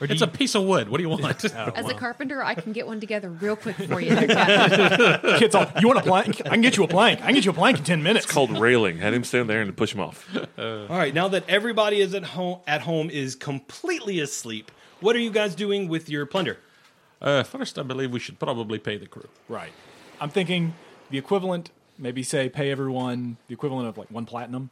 Speaker 8: Or do
Speaker 4: It's
Speaker 8: you-
Speaker 4: a piece of wood. What do you [LAUGHS] want?
Speaker 5: Oh,
Speaker 6: As a carpenter, I can get one together real
Speaker 5: [LAUGHS]
Speaker 6: quick for you. there, Captain.
Speaker 9: Kids all, you want a plank? I can get you a plank. I can get you a plank in 10 minutes.
Speaker 5: it's called railing. Had him stand there and push him off.
Speaker 2: All right, now that everybody is at home at home is completely asleep, what are you guys doing with your plunder?
Speaker 4: Uh, first, I believe we should probably pay the crew.
Speaker 9: Right. I'm thinking the equivalent, maybe say pay everyone the equivalent of like one platinum.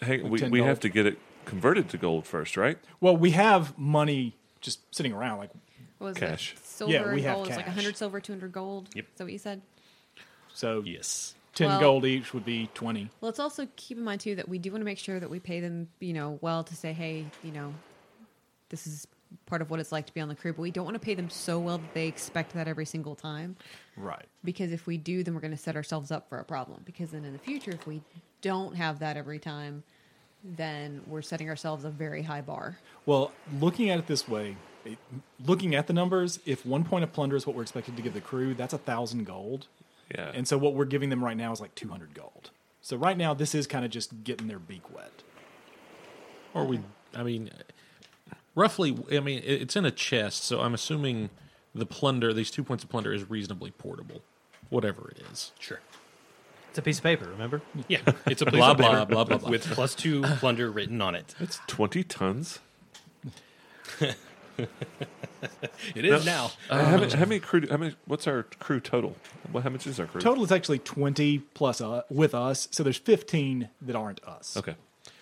Speaker 5: Hey, we,
Speaker 9: Ten
Speaker 5: we
Speaker 9: gold.
Speaker 5: have to get it converted to gold first, right?
Speaker 9: Well, we have money just sitting around. Like,
Speaker 6: What was
Speaker 5: Cash.
Speaker 6: It? Silver
Speaker 9: Yeah, we
Speaker 6: and
Speaker 9: have
Speaker 6: gold. It's like
Speaker 9: cash.
Speaker 6: 100 silver, 200 gold. Yep. Is that what you said?
Speaker 9: so
Speaker 2: yes,
Speaker 9: 10
Speaker 6: Well-
Speaker 9: gold each would be 20.
Speaker 6: Well, let's also keep in mind, too, that we do want to make sure that we pay them, you know, well to say, hey, you know, this is part of what it's like to be on the crew, but we don't want to pay them so well that they expect that every single time.
Speaker 9: [LAUGHS] Right.
Speaker 6: Because if we do, then we're going to set ourselves up for a problem. Because then in the future, if we don't have that every time, then we're setting ourselves a very high bar.
Speaker 9: Well, looking at it this way, it- looking at the numbers, if one point of plunder is what we're expected to give the crew, that's a thousand gold.
Speaker 5: Yeah.
Speaker 9: And so what we're giving them right now is like 200 gold. So right now, this is kind of just getting their beak wet.
Speaker 4: Or we, I mean, roughly, I mean, it- it's in a chest, so I'm assuming the plunder, these two points of plunder, is reasonably portable, whatever it is.
Speaker 2: Sure.
Speaker 8: It's a piece of paper. Remember?
Speaker 2: Yeah, it's [LAUGHS] a piece
Speaker 4: Blah,
Speaker 2: of paper
Speaker 4: blah, blah, blah, blah.
Speaker 2: with plus two plunder written on it.
Speaker 5: It's twenty tons.
Speaker 2: It is now.
Speaker 5: Uh, how, many, how many crew? How many? What's our crew total? What? How much is our crew?
Speaker 9: Total is actually 20 plus uh, with us. So there's 15 that aren't us.
Speaker 5: Okay.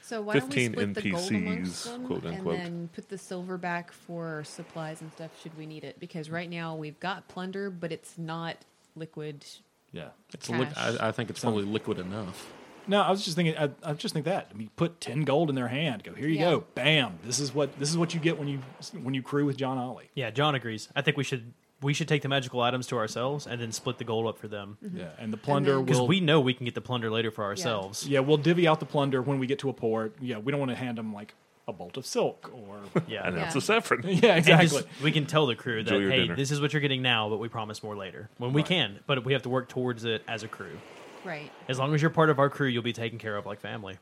Speaker 6: So why don't we split the gold amongst them and then put the silver back for supplies and stuff should we need it? Because right now we've got plunder, but it's not liquid.
Speaker 4: Yeah. It's li-
Speaker 6: Cash.
Speaker 4: I, I think it's probably liquid enough.
Speaker 9: No, I was just thinking. I, I just think that. I mean, put ten gold in their hand. Go here. You
Speaker 6: Yeah.
Speaker 9: go. Bam. This is what this is what you get when you when you crew with John Ollie.
Speaker 8: Yeah, John agrees. I think we should we should take the magical items to ourselves and then split the gold up for them.
Speaker 9: Mhm. Yeah, and the plunder
Speaker 8: because
Speaker 9: will-
Speaker 8: we know we can get the plunder later for ourselves.
Speaker 9: Yeah, we'll divvy out the plunder when we get to a port. Yeah, we don't want to hand them like a bolt of silk or [LAUGHS]
Speaker 8: Yeah,
Speaker 5: An ounce of saffron.
Speaker 9: Yeah, exactly.
Speaker 8: And just- we can tell the crew that
Speaker 5: Enjoy your
Speaker 8: hey,
Speaker 5: dinner.
Speaker 8: this is what you're getting now, but we promise more later when we can. But we have to work towards it as a crew.
Speaker 6: Right.
Speaker 8: As long as you're part of our crew, you'll be taken care of like family.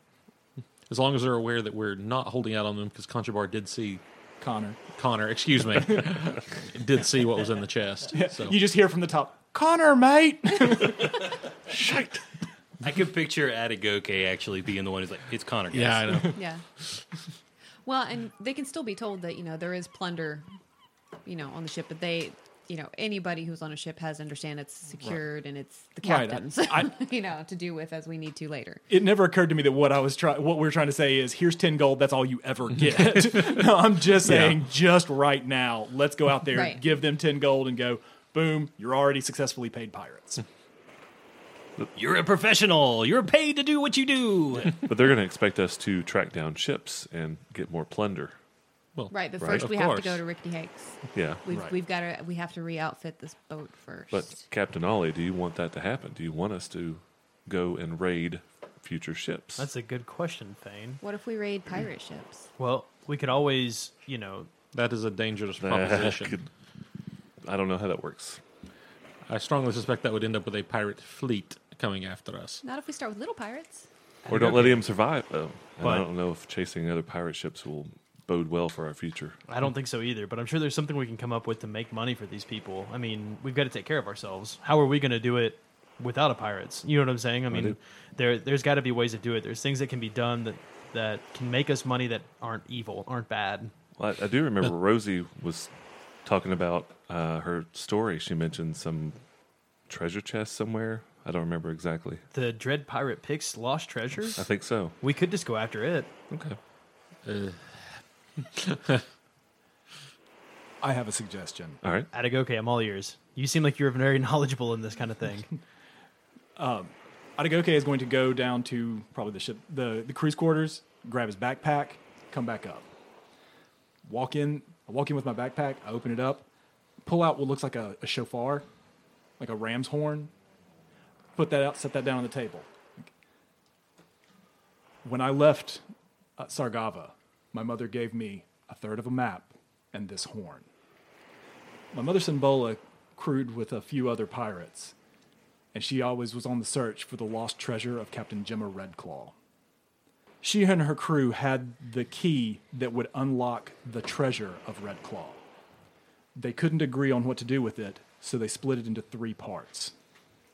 Speaker 4: As long as they're aware that we're not holding out on them, because Conchabar did see
Speaker 9: Connor.
Speaker 4: Connor, excuse me, [LAUGHS] did see what was in the chest. So.
Speaker 9: You just hear from the top, Connor, mate.
Speaker 5: Shite.
Speaker 2: I could picture Atagoke actually being the one who's like, it's Connor. Guys.
Speaker 4: Yeah, I [LAUGHS] know.
Speaker 11: yeah. Well, and they can still be told that you know there is plunder, you know, on the ship, but they, you know, anybody who's on a ship has to understand it's secured and it's the
Speaker 9: Right, I-
Speaker 11: captain's, [LAUGHS] you know, to do with as we need to later.
Speaker 9: It never occurred to me that what I was trying, what we are trying to say is, here's ten gold. That's all you [LAUGHS] ever get. no, I'm just
Speaker 12: Yeah.
Speaker 9: saying, just right now, let's go out there,
Speaker 11: Right.
Speaker 9: give them ten gold, and go. Boom! You're already successfully paid pirates.
Speaker 2: You're a professional. You're paid to do what you do.
Speaker 5: but they're going to expect us to track down ships and get more plunder.
Speaker 4: Well,
Speaker 11: Right, but first we have to go to Ricky Hakes.
Speaker 5: Yeah.
Speaker 11: we've
Speaker 5: Right.
Speaker 11: we've got to we have to re-outfit this boat first.
Speaker 5: But Captain Ollie, do you want that to happen? Do you want us to go and raid future ships?
Speaker 8: That's a good question, Thane.
Speaker 11: what if we raid pirate ships?
Speaker 8: Well, we could always, you know,
Speaker 4: [LAUGHS] that is a dangerous
Speaker 5: That
Speaker 4: proposition.
Speaker 5: could- I don't know how that works.
Speaker 4: I strongly suspect that would end up with a pirate fleet coming after us.
Speaker 11: Not if we start with little pirates.
Speaker 5: Or don't let him survive, though. And
Speaker 8: But-
Speaker 5: I don't know if chasing other pirate ships will bode well for our future.
Speaker 8: I don't think so either, but I'm sure there's something we can come up with to make money for these people. I mean, we've got to take care of ourselves. How are we going to do it without a pirates? You know what I'm saying? I mean,
Speaker 5: do.
Speaker 8: there there's got to be ways to do it. There's things that can be done that that can make us money that aren't evil, aren't bad.
Speaker 5: Well, I, I
Speaker 4: [LAUGHS]
Speaker 5: do remember Rosie was talking about uh, her story. She mentioned some treasure chest somewhere. I don't remember exactly.
Speaker 8: The Dread Pirate Picks Lost Treasures?
Speaker 5: I think so.
Speaker 8: We could just go after it.
Speaker 5: Okay.
Speaker 9: [LAUGHS] I have a suggestion.
Speaker 5: All right.
Speaker 8: Atagoke, I'm all ears. You seem like you're very [LAUGHS] knowledgeable in this kind of thing.
Speaker 9: Um, Adagoke is going to go down to probably the ship, the, the crew's quarters, grab his backpack, come back up. Walk in. I walk in with my backpack. I open it up, pull out what looks like a, a shofar, like a ram's horn. Put that out. Set that down on the table. When I left uh, Sargava, my mother gave me a third of a map and this horn. My mother Simbola crewed with a few other pirates, and she always was on the search for the lost treasure of Captain Gemma Redclaw. She and her crew had the key that would unlock the treasure of Redclaw. They couldn't agree on what to do with it, so they split it into three parts.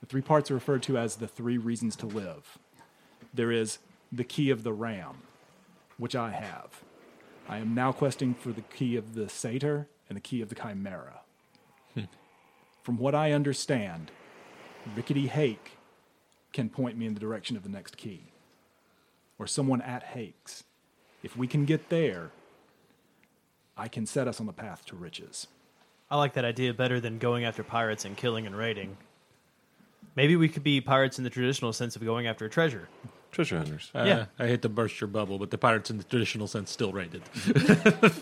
Speaker 9: The three parts are referred to as the three reasons to live. There is the key of the ram, which I have. I am now questing for the key of the satyr and the key of the chimera. From what I understand, Rickety Hake can point me in the direction of the next key, or someone at Hake's. If we can get there, I can set us on the path to riches.
Speaker 8: I like that idea better than going after pirates and killing and raiding. Maybe we could be pirates in the traditional sense of going after a treasure.
Speaker 5: Treasure hunters.
Speaker 4: Uh,
Speaker 8: Yeah.
Speaker 4: I hate to burst your bubble, but the pirates in the traditional sense still raided.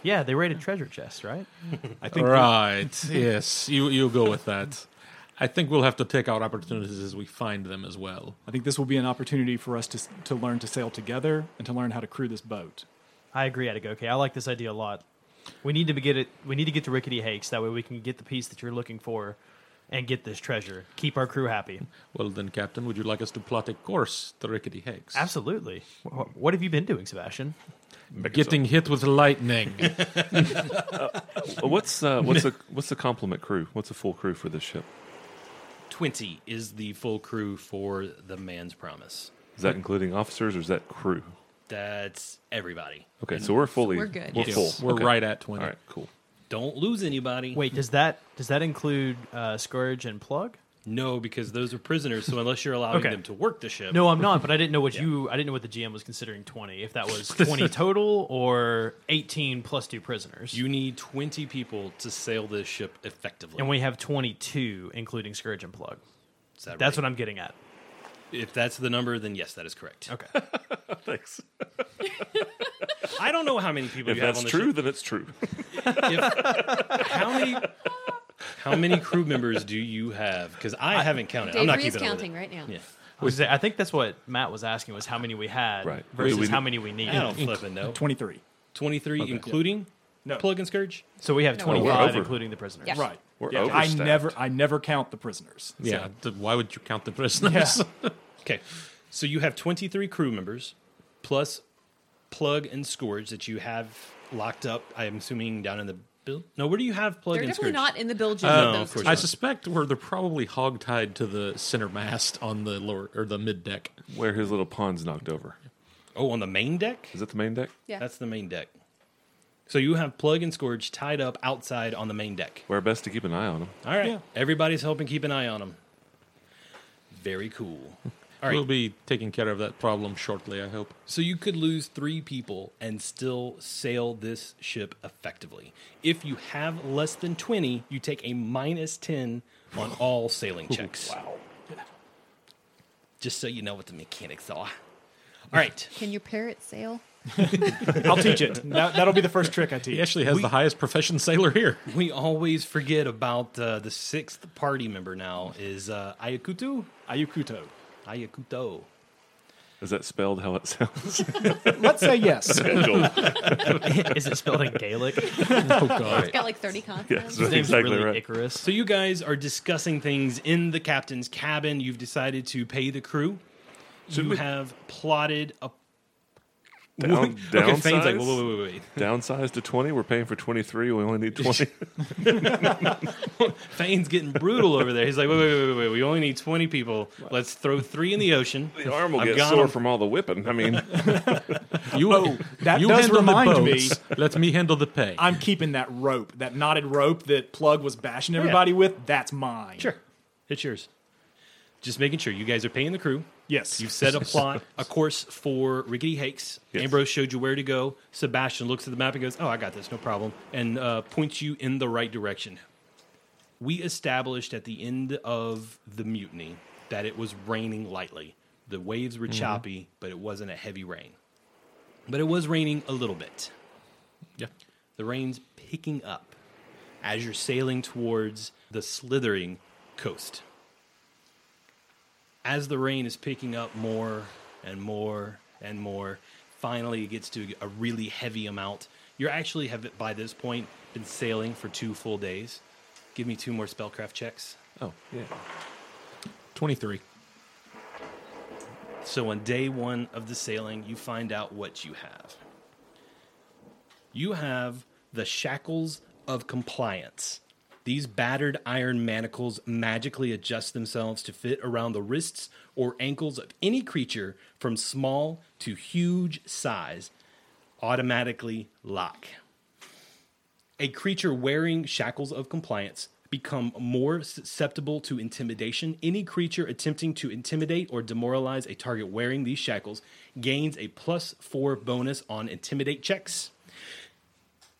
Speaker 8: yeah, they raided treasure chests, right?
Speaker 4: I think [LAUGHS] right. yes, you you go with that. I think we'll have to take out opportunities as we find them as well.
Speaker 9: I think this will be an opportunity for us to, to learn to sail together and to learn how to crew this boat.
Speaker 8: I agree, Atagoke. I like this idea a lot. We need to be- get it. We need to get to Rickety Hakes. That way, we can get the piece that you're looking for, and get this treasure. Keep our crew happy.
Speaker 4: Well then, Captain, would you like us to plot a course to Rickety Hakes?
Speaker 8: Absolutely. Wh- What have you been doing, Sebastian?
Speaker 4: Getting hit with lightning.
Speaker 5: Uh,
Speaker 4: [LAUGHS]
Speaker 5: what's uh, what's the what's the complement crew? What's the full crew for this ship?
Speaker 2: 20 is the full crew for the man's promise.
Speaker 5: Is
Speaker 4: Uh,
Speaker 5: that including officers or is that crew?
Speaker 2: That's everybody.
Speaker 5: Okay,
Speaker 2: And
Speaker 5: so we're fully
Speaker 2: We're good.
Speaker 5: We're
Speaker 2: Yes.
Speaker 5: full.
Speaker 4: We're
Speaker 5: Okay.
Speaker 4: right at twenty.
Speaker 5: All right, cool.
Speaker 2: Don't lose anybody.
Speaker 8: Wait, does that does that include uh, Scourge and Plug?
Speaker 2: No, because those are prisoners. So unless you're allowing
Speaker 8: Okay.
Speaker 2: them to work the ship,
Speaker 8: No, I'm not. But I didn't know what you. I didn't know what the GM was considering twenty. If
Speaker 2: [LAUGHS]
Speaker 8: that was twenty total or eighteen plus two prisoners.
Speaker 2: You need twenty people to sail this ship effectively.
Speaker 8: and we have twenty two, including Scourge and Plug.
Speaker 2: Is that
Speaker 8: That's
Speaker 2: right?
Speaker 8: what I'm getting at.
Speaker 2: If that's the number, then yes, that is correct. [LAUGHS]
Speaker 8: Okay.
Speaker 5: Thanks.
Speaker 2: I don't know how many people
Speaker 5: If
Speaker 2: you have
Speaker 5: that's
Speaker 2: on the
Speaker 5: true,
Speaker 2: ship.
Speaker 5: then it's true.
Speaker 2: If- how many [LAUGHS] how many crew members do you have? Because I, haven't counted. I'm
Speaker 11: Dave
Speaker 2: not
Speaker 11: Reeves
Speaker 2: keeping up with
Speaker 11: counting
Speaker 2: it.
Speaker 11: right now.
Speaker 2: Yeah.
Speaker 8: Was it- I think that's what Matt was asking was how many we had
Speaker 2: Right.
Speaker 8: versus
Speaker 2: Do we-
Speaker 8: how many we need.
Speaker 2: I don't flipping know.
Speaker 9: 23.
Speaker 2: 23, including Plug and Scourge?
Speaker 8: [LAUGHS] So we have
Speaker 2: No,
Speaker 8: 25, including the prisoners.
Speaker 2: Yeah.
Speaker 9: Right.
Speaker 2: We're
Speaker 9: I
Speaker 2: overstaffed.
Speaker 9: never I never count the prisoners.
Speaker 4: Yeah.
Speaker 9: So-
Speaker 4: th- why would you count the prisoners? [LAUGHS]
Speaker 2: okay. So you have 23 crew members plus Plug and Scourge that you have locked up, I'm assuming, down in the Bill? No, where do you have plug
Speaker 6: They're
Speaker 2: in
Speaker 6: definitely
Speaker 2: Scourge?
Speaker 6: not in the bilge.
Speaker 4: Uh,
Speaker 2: No, of course
Speaker 4: I
Speaker 2: not.
Speaker 4: suspect where they're probably hogtied to the center mast on the lower or the mid deck.
Speaker 5: Where his little pawn's knocked over.
Speaker 2: Oh, on the main deck?
Speaker 5: Is that the main deck?
Speaker 6: Yeah.
Speaker 2: That's the main deck. So you have Plug and Scourge tied up outside on the main deck.
Speaker 5: We're best to keep an eye on him.
Speaker 2: All right. Everybody's helping keep an eye on them. Very cool. All right.
Speaker 4: We'll be taking care of that problem shortly, I hope.
Speaker 2: So you could lose three people and still sail this ship effectively. If you have less than 20, you take a minus 10 on all sailing checks. wow. Just so you know what the mechanics are. All right.
Speaker 6: Can your parrot sail?
Speaker 9: I'll teach it. That, that'll be the first trick I teach.
Speaker 4: He actually has the highest profession sailor here.
Speaker 2: [LAUGHS] We always forget about uh, the sixth party member now is uh, Ayakutu?
Speaker 9: Ayakuto.
Speaker 2: Ayakuto.
Speaker 5: Is that spelled how it [LAUGHS] sounds?
Speaker 9: Let's say yes.
Speaker 8: [LAUGHS] Is it spelled in
Speaker 2: [LAUGHS]
Speaker 8: Gaelic?
Speaker 5: Oh, God.
Speaker 6: It's got like 30 consonants.
Speaker 5: Yes, that's exactly right.
Speaker 2: [LAUGHS] So you guys are discussing things in the captain's cabin. You've decided to pay the crew. you have plotted a [LAUGHS]
Speaker 5: Down,
Speaker 2: okay,
Speaker 5: downsize?
Speaker 2: Fane's like, wait, wait, wait, wait.
Speaker 5: Downsize to 20. We're paying for 23. We only [LAUGHS] need 20.
Speaker 2: Fane's getting brutal over there. He's like, wait, wait, wait, wait, wait. We only need 20 people. Let's throw three in the ocean.
Speaker 5: the arm will
Speaker 2: I've
Speaker 5: get
Speaker 2: got
Speaker 5: sore
Speaker 2: 'em.
Speaker 5: from all the whipping. I mean,
Speaker 4: [LAUGHS] You,
Speaker 9: [LAUGHS] that
Speaker 4: you
Speaker 9: does
Speaker 4: handle the
Speaker 9: remind me-
Speaker 4: boats. Let me handle the pay.
Speaker 9: [LAUGHS] I'm keeping that rope, that knotted rope that Plug was bashing everybody with. That's mine.
Speaker 2: Sure. It's yours. Just making sure you guys are paying the crew.
Speaker 9: Yes.
Speaker 2: You've
Speaker 9: [LAUGHS]
Speaker 2: set a plot, a course for Rickety Hakes. Ambrose showed you where to go. Sebastian looks at the map and goes, Oh, I got this, no problem. And uh, points you in the right direction. We established at the end of the mutiny that it was raining lightly. The waves were
Speaker 4: Mhm.
Speaker 2: choppy, but it wasn't a heavy rain. But it was raining a little bit.
Speaker 4: Yeah.
Speaker 2: The rain's picking up as you're sailing towards the slithering coast. As the rain is picking up more and more and more, finally it gets to a really heavy amount. You actually have, by this point, been sailing for two full days. Give me two more spellcraft checks.
Speaker 4: Oh, yeah. 23.
Speaker 2: So on day one of the sailing, you find out what you have. You have the shackles of compliance. These battered iron manacles magically adjust themselves to fit around the wrists or ankles of any creature from small to huge size, automatically lock. A creature wearing shackles of compliance become more susceptible to intimidation. Any creature attempting to intimidate or demoralize a target wearing these shackles gains a plus four bonus on intimidate checks.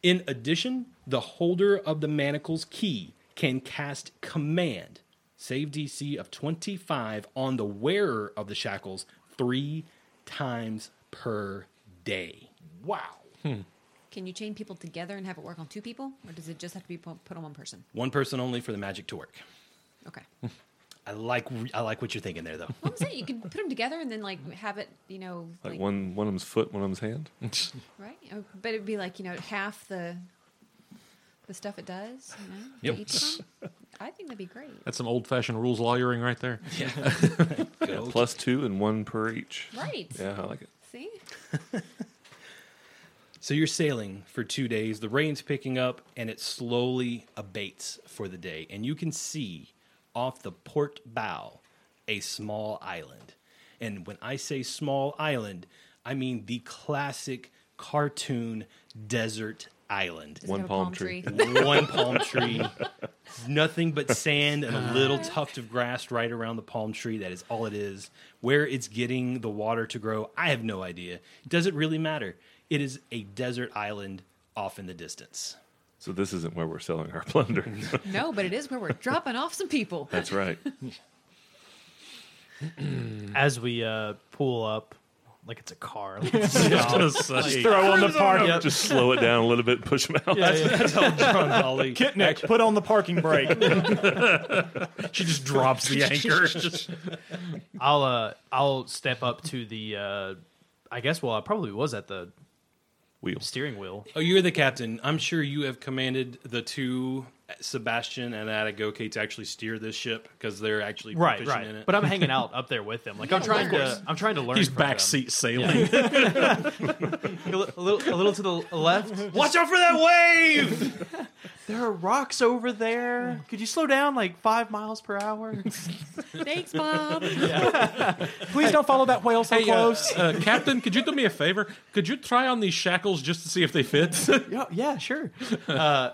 Speaker 2: In addition, the holder of the manacle's key can cast command, save DC of 25 on the wearer of the shackles three times per day.
Speaker 9: Wow.
Speaker 6: Can you chain people together and have it work on two people? Or does it just have to be pu- put on one person?
Speaker 2: One person only for the magic to work. [LAUGHS]
Speaker 6: Okay.
Speaker 2: I like I like what you're thinking there though. [LAUGHS]
Speaker 6: What was it? You can put them together and then like have it, you know, like,
Speaker 5: [LAUGHS] like one, one of them's foot, one of them's hand.
Speaker 6: right? Oh, But it'd be like, you know, half the the stuff it does, you know? for
Speaker 4: Yep.
Speaker 6: each
Speaker 2: [LAUGHS]
Speaker 6: one. I think that'd be great.
Speaker 4: That's some old fashioned rules lawyering right there.
Speaker 2: Yeah.
Speaker 5: Yeah, plus two and one per each.
Speaker 6: Right.
Speaker 5: Yeah, I like it.
Speaker 6: See?
Speaker 2: So you're sailing for two days. The rain's picking up and it slowly abates for the day. And you can see off the port bow a small island. And when I say small island, I mean the classic cartoon desert island.
Speaker 5: Does it One have a palm palm tree? tree?
Speaker 2: One palm tree. Nothing but sand and a little tuft of grass right around the palm tree. That is all it is. Where it's getting the water to grow, I have no idea. Does it really matter? It is a desert island off in the distance.
Speaker 5: So this isn't where we're selling our [LAUGHS] plunder.
Speaker 6: No, but it is where we're dropping off some
Speaker 2: [LAUGHS]
Speaker 6: people.
Speaker 5: That's right.
Speaker 8: As we uh, pull up, like it's
Speaker 2: [LAUGHS]
Speaker 8: a car. [LAUGHS]
Speaker 5: Just
Speaker 9: throw on the party.
Speaker 5: Just slow it down a little bit, push them out.
Speaker 2: That's how John [LAUGHS] Holly.
Speaker 9: Kitnick, put on the parking
Speaker 10: [LAUGHS]
Speaker 9: brake.
Speaker 4: [LAUGHS] She just drops the anchor. Just-
Speaker 8: I'll uh, I'll step up to the. Uh, I guess well, I probably was at the
Speaker 5: wheel
Speaker 8: steering wheel.
Speaker 2: Oh, you're the captain. I'm sure you have commanded the two Sebastian and Atagoke to actually steer this ship because they're actually
Speaker 8: Right,
Speaker 2: proficient
Speaker 8: right.
Speaker 2: in it.
Speaker 8: But I'm [LAUGHS] hanging out up there with them. Like I'm
Speaker 2: Yeah,
Speaker 8: trying
Speaker 2: of
Speaker 8: to,
Speaker 2: course.
Speaker 8: I'm trying to learn.
Speaker 4: He's
Speaker 8: from them.
Speaker 4: backseat
Speaker 9: [LAUGHS]
Speaker 4: sailing.
Speaker 8: Yeah. a, li- a little, a little to the [LAUGHS] left.
Speaker 2: Watch out for that wave!
Speaker 8: [LAUGHS] There are rocks over there. Could you slow down like five miles per [LAUGHS] hour?
Speaker 11: Thanks, Bob.
Speaker 10: Please don't follow that whale so
Speaker 4: Hey, uh,
Speaker 10: close.
Speaker 4: uh, Captain, could you do me a favor? Could you try on these shackles just to see if they fit? [LAUGHS]
Speaker 8: yeah, Oh, yeah, sure. Uh,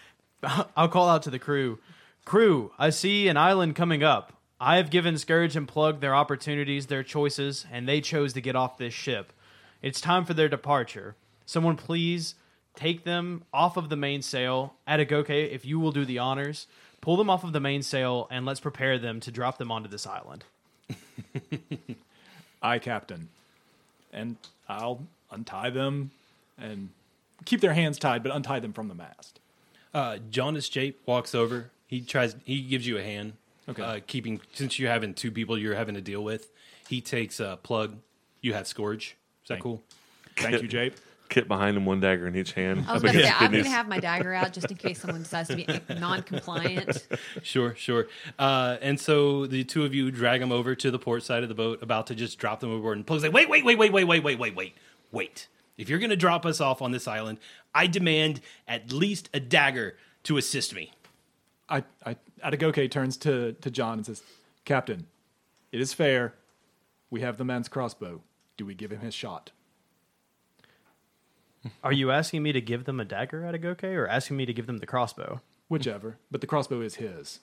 Speaker 8: [LAUGHS] I'll call out to the crew. Crew, I see an island coming up. I have given Scourge and Plug their opportunities, their choices, and they chose to get off this ship. It's time for their departure. Someone, please take them off of the mainsail. Atagoke, if you will do the honors, pull them off of the mainsail and let's prepare them to drop them onto this island.
Speaker 10: I captain. And
Speaker 9: uh,
Speaker 10: I'll untie them and keep their hands tied, but untie them from the mast.
Speaker 2: Uh, Jonas Jape walks over. He tries. He gives you a hand. Okay. Uh, keeping since you're having two people you're having to deal with, he takes a plug. You have Scourge. Is that cool? [LAUGHS]
Speaker 10: Thank you, Jape.
Speaker 5: Kit behind him, one dagger in each hand.
Speaker 11: I was
Speaker 5: up
Speaker 11: going to say,
Speaker 5: against
Speaker 11: I'm going to
Speaker 5: kidneys.
Speaker 11: have my dagger out just in case someone decides to be
Speaker 2: [LAUGHS]
Speaker 11: non compliant.
Speaker 2: Sure, sure. Uh, and so the two of you drag him over to the port side of the boat, about to just drop them overboard. And Plug's like, wait, wait, wait, wait, wait, wait, wait, wait, wait, wait. If you're going to drop us off on this island, I demand at least a dagger to assist me.
Speaker 10: I, I Atagoke turns to, to John and says, Captain, it is fair. We have the man's crossbow. Do we give him his shot?
Speaker 8: Are you asking me to give them a dagger, Atagoke, or asking me to give them the crossbow?
Speaker 10: Whichever. But the crossbow is his.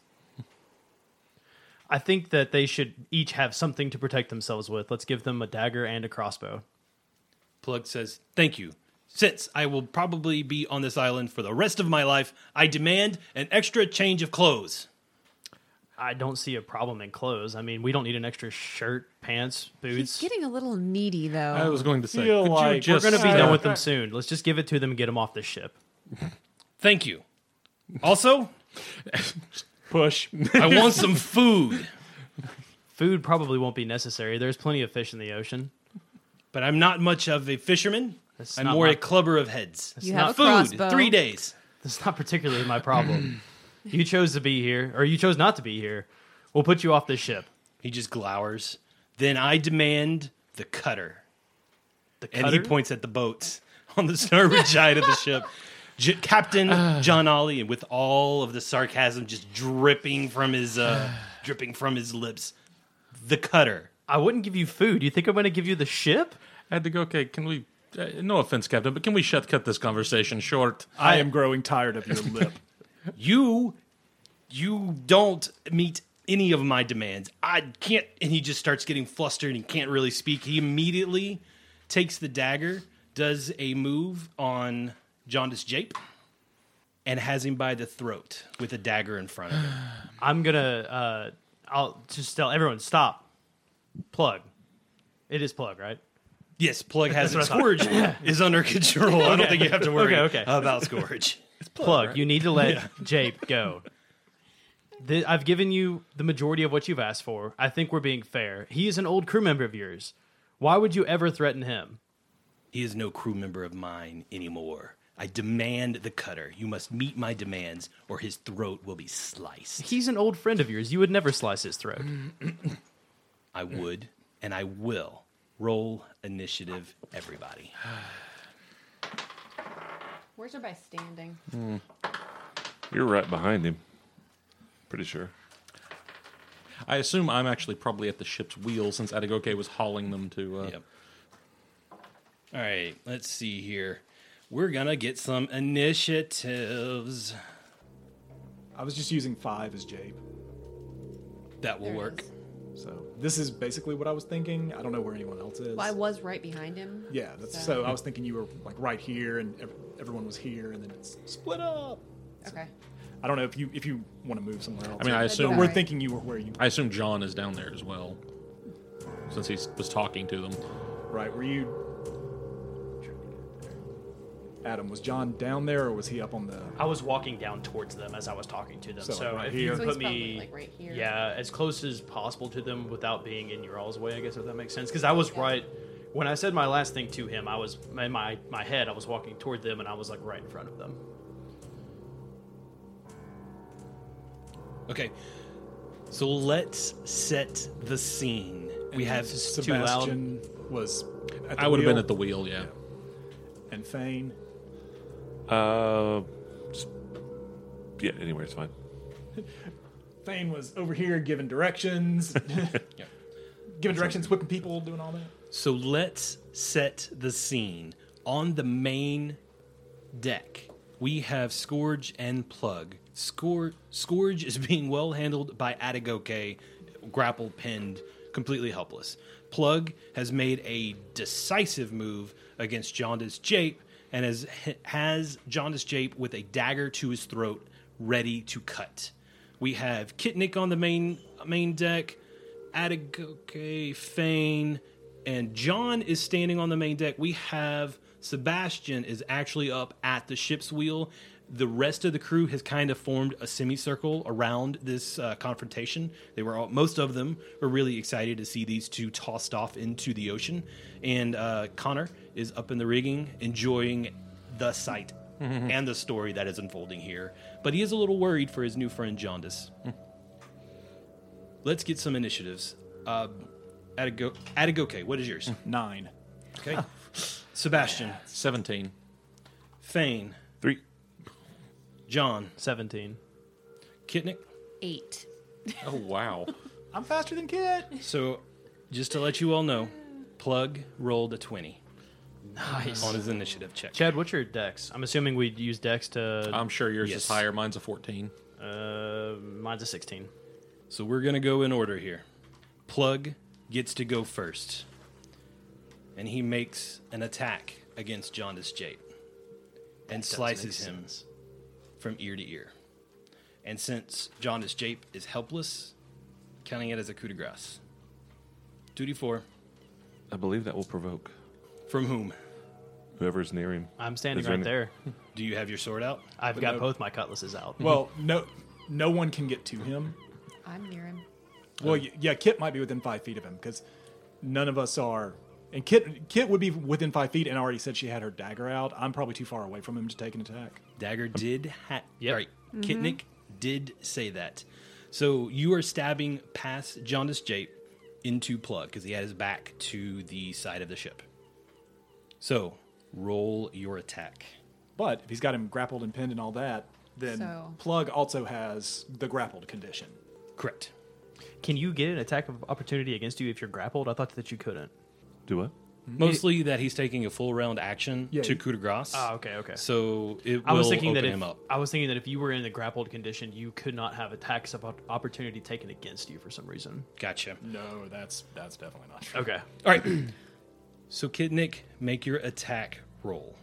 Speaker 8: I think that they should each have something to protect themselves with. Let's give them a dagger and a crossbow.
Speaker 2: Plug says, Thank you. Since I will probably be on this island for the rest of my life, I demand an extra change of clothes.
Speaker 8: I don't see a problem in clothes. I mean, we don't need an extra shirt, pants, boots.
Speaker 11: It's getting a little needy, though.
Speaker 4: I was going to say,
Speaker 10: Feel
Speaker 4: could you
Speaker 10: like
Speaker 4: just
Speaker 8: We're going to be
Speaker 4: uh,
Speaker 8: done with them soon. Let's just give it to them and get them off this ship.
Speaker 2: Thank you. Also,
Speaker 10: Push.
Speaker 2: I want
Speaker 4: [LAUGHS]
Speaker 2: some food,
Speaker 8: Food probably won't be necessary. There's plenty of fish in the ocean.
Speaker 2: but I'm not much of a fisherman.
Speaker 8: That's
Speaker 2: I'm
Speaker 8: not
Speaker 2: more
Speaker 8: my-
Speaker 2: a clubber of heads.
Speaker 11: you
Speaker 8: not [LAUGHS]
Speaker 11: have a
Speaker 2: Food,
Speaker 11: crossbow.
Speaker 2: three days.
Speaker 8: That's not particularly my problem. [CLEARS THROAT] you chose to be here, or you chose not to be here. We'll put you off this ship.
Speaker 2: He just glowers. Then I demand the cutter.
Speaker 8: The cutter?
Speaker 2: And he points at the boats on the starboard [LAUGHS] side of the ship. J- Captain
Speaker 8: [SIGHS]
Speaker 2: John Ollie, with all of the sarcasm just dripping from his
Speaker 8: [SIGHS]
Speaker 2: uh, dripping from his lips, the cutter.
Speaker 8: I wouldn't give you food. You think I'm going to give you the ship?
Speaker 4: I had to go. Okay, can we? Uh, no offense, Captain, but can we shut cut this conversation short?
Speaker 10: I am growing tired of
Speaker 4: [LAUGHS]
Speaker 10: your lip.
Speaker 2: You, you don't meet any of my demands. I can't. And he just starts getting flustered and can't really speak. He immediately takes the dagger, does a move on Jaundice Jape, and has him by the throat with a dagger in front of him.
Speaker 8: I'm gonna. Uh, I'll just tell everyone stop. Plug. It is plug, right?
Speaker 2: [LAUGHS] Yes, plug has it. Scourge [LAUGHS] is under control. I don't think you have to worry
Speaker 8: Okay, okay.
Speaker 2: about Scourge.
Speaker 8: Plug. You need to let Jape go. Th I've given you the majority of what you've asked for. I think we're being fair. He is an old crew member of yours. Why would you ever threaten him?
Speaker 2: [LAUGHS] He is no crew member of mine anymore. I demand the cutter. You must meet my demands, or his throat will be sliced.
Speaker 8: He's an old friend of yours. You would never slice his throat.
Speaker 2: I would, and I will. Roll initiative, everybody.
Speaker 11: Where's everybody standing?
Speaker 5: You're right behind him. Pretty sure.
Speaker 4: I assume I'm actually probably at the ship's wheel since Atagoke was hauling them to. Uh,
Speaker 2: Yep. All right, let's see here. We're gonna get some initiatives.
Speaker 10: I was just using five as Jape.
Speaker 2: That will
Speaker 11: There it
Speaker 2: work.
Speaker 11: is.
Speaker 10: So this is basically what I was thinking. I don't know where anyone else is.
Speaker 11: Well, I was right behind him.
Speaker 10: yeah, that's, so
Speaker 11: So-
Speaker 10: I was thinking you were like right here, and ev- everyone was here, and then it's split up.
Speaker 11: Okay.
Speaker 10: I don't know if you if you want to move somewhere else.
Speaker 4: I mean, I
Speaker 10: but
Speaker 4: assume
Speaker 10: we're
Speaker 11: Right.
Speaker 10: thinking you were where you
Speaker 4: I assume John is down there as well, since he was talking to them.
Speaker 10: right. Were you? Adam, was John down there, or was he up on the?
Speaker 8: I was walking down towards them as I was talking to them. So,
Speaker 10: So, like, right
Speaker 8: if
Speaker 10: here?
Speaker 8: you
Speaker 10: So
Speaker 11: he's
Speaker 8: put
Speaker 11: probably,
Speaker 8: me
Speaker 11: like, right here.
Speaker 8: yeah, as close as possible to them without being in your all's way, I guess if that makes sense. Because I was right when I said my last thing to him. I was in my my head. I was walking toward them, and I was like right in front of them.
Speaker 2: Okay. So let's set the scene. we
Speaker 9: And
Speaker 2: have
Speaker 9: Sebastian
Speaker 2: Too loud.
Speaker 9: was. At the
Speaker 4: I would have been
Speaker 9: wheel.
Speaker 4: at the wheel, yeah.
Speaker 9: And Fane.
Speaker 5: Uh, just- yeah. Anyway, it's fine.
Speaker 9: Fane was over here giving directions, giving directions, whipping people, doing all that.
Speaker 2: So let's set the scene. On the main deck, we have Scourge and Plug. Scour- Scourge is being well handled by Atagoke, grapple pinned, completely helpless. Plug has made a decisive move against Jaundice Jape and has, has Jaundice Jape with a dagger to his throat, ready to cut. We have Kitnik on the main main deck, Atagoke, Fane, and John is standing on the main deck. We have Sebastian is actually up at the ship's wheel. The rest of the crew has kind of formed a semicircle around this uh, confrontation. They were all, most of them were really excited to see these two tossed off into the ocean, and uh, Connor is up in the rigging enjoying the sight and the story that is unfolding here. But he is a little worried for his new friend Jaundice. Let's get some initiatives. Uh, Adigo- Adigoke, what is yours?
Speaker 9: Nine.
Speaker 2: Okay. Sebastian.
Speaker 4: 17.
Speaker 2: Fane.
Speaker 5: Three.
Speaker 2: John.
Speaker 8: 17.
Speaker 2: Kitnik.
Speaker 6: Eight.
Speaker 4: Oh, wow.
Speaker 9: I'm faster than Kit.
Speaker 2: So, just to let you all know, Plug rolled a 20. Nice. On his initiative check.
Speaker 8: Chad, what's your dex? I'm assuming we'd use dex to.
Speaker 4: I'm sure yours
Speaker 2: Yes.
Speaker 4: is higher. Mine's a 14.
Speaker 8: Uh, mine's a 16.
Speaker 2: So we're going to go in order here. Plug gets to go first. And he makes an attack against Jaundice Jape and
Speaker 11: does
Speaker 2: slices
Speaker 11: make
Speaker 2: him from ear to ear. And since Jaundice Jape is helpless, counting it as a coup de grace. 2d4.
Speaker 5: I believe that will provoke
Speaker 2: From whom?
Speaker 5: whoever's near him.
Speaker 8: I'm standing
Speaker 5: Is there
Speaker 8: right
Speaker 5: any-
Speaker 8: there.
Speaker 2: Do you have your sword out?
Speaker 8: I've
Speaker 9: But
Speaker 8: got
Speaker 9: no-
Speaker 8: both my cutlasses out.
Speaker 9: Well, no, no one can get to him.
Speaker 6: I'm near him.
Speaker 9: Well,
Speaker 4: Oh.
Speaker 9: y- yeah, Kit might be within five feet of him because none of us are. And Kit, Kit would be within five feet, and already said she had her dagger out. I'm probably too far away from him to take an attack.
Speaker 2: Dagger did ha-
Speaker 8: Yep.
Speaker 2: right. Kitnik did say that. So you are stabbing past Jaundice Jape into Plug because he had his back to the side of the ship. So roll your attack.
Speaker 9: But if he's got him grappled and pinned and all that, then
Speaker 6: So-
Speaker 9: Plug also has the grappled condition.
Speaker 2: Correct.
Speaker 8: Can you get an attack of opportunity against you if you're grappled? I thought that you couldn't.
Speaker 5: Do what?
Speaker 8: Mm-hmm.
Speaker 2: Mostly that he's taking a full round action
Speaker 9: Yeah,
Speaker 2: to
Speaker 9: he-
Speaker 2: coup de grace.
Speaker 8: Ah, okay, okay.
Speaker 2: So it will
Speaker 8: I was thinking
Speaker 2: open
Speaker 8: that if
Speaker 2: him up.
Speaker 8: I was thinking that if you were in the grappled condition, you could not have attacks of op- opportunity taken against you for some reason.
Speaker 2: Gotcha.
Speaker 9: No, that's that's definitely not true.
Speaker 8: Okay.
Speaker 2: All right. [CLEARS THROAT] so Kitnik, make your attack roll.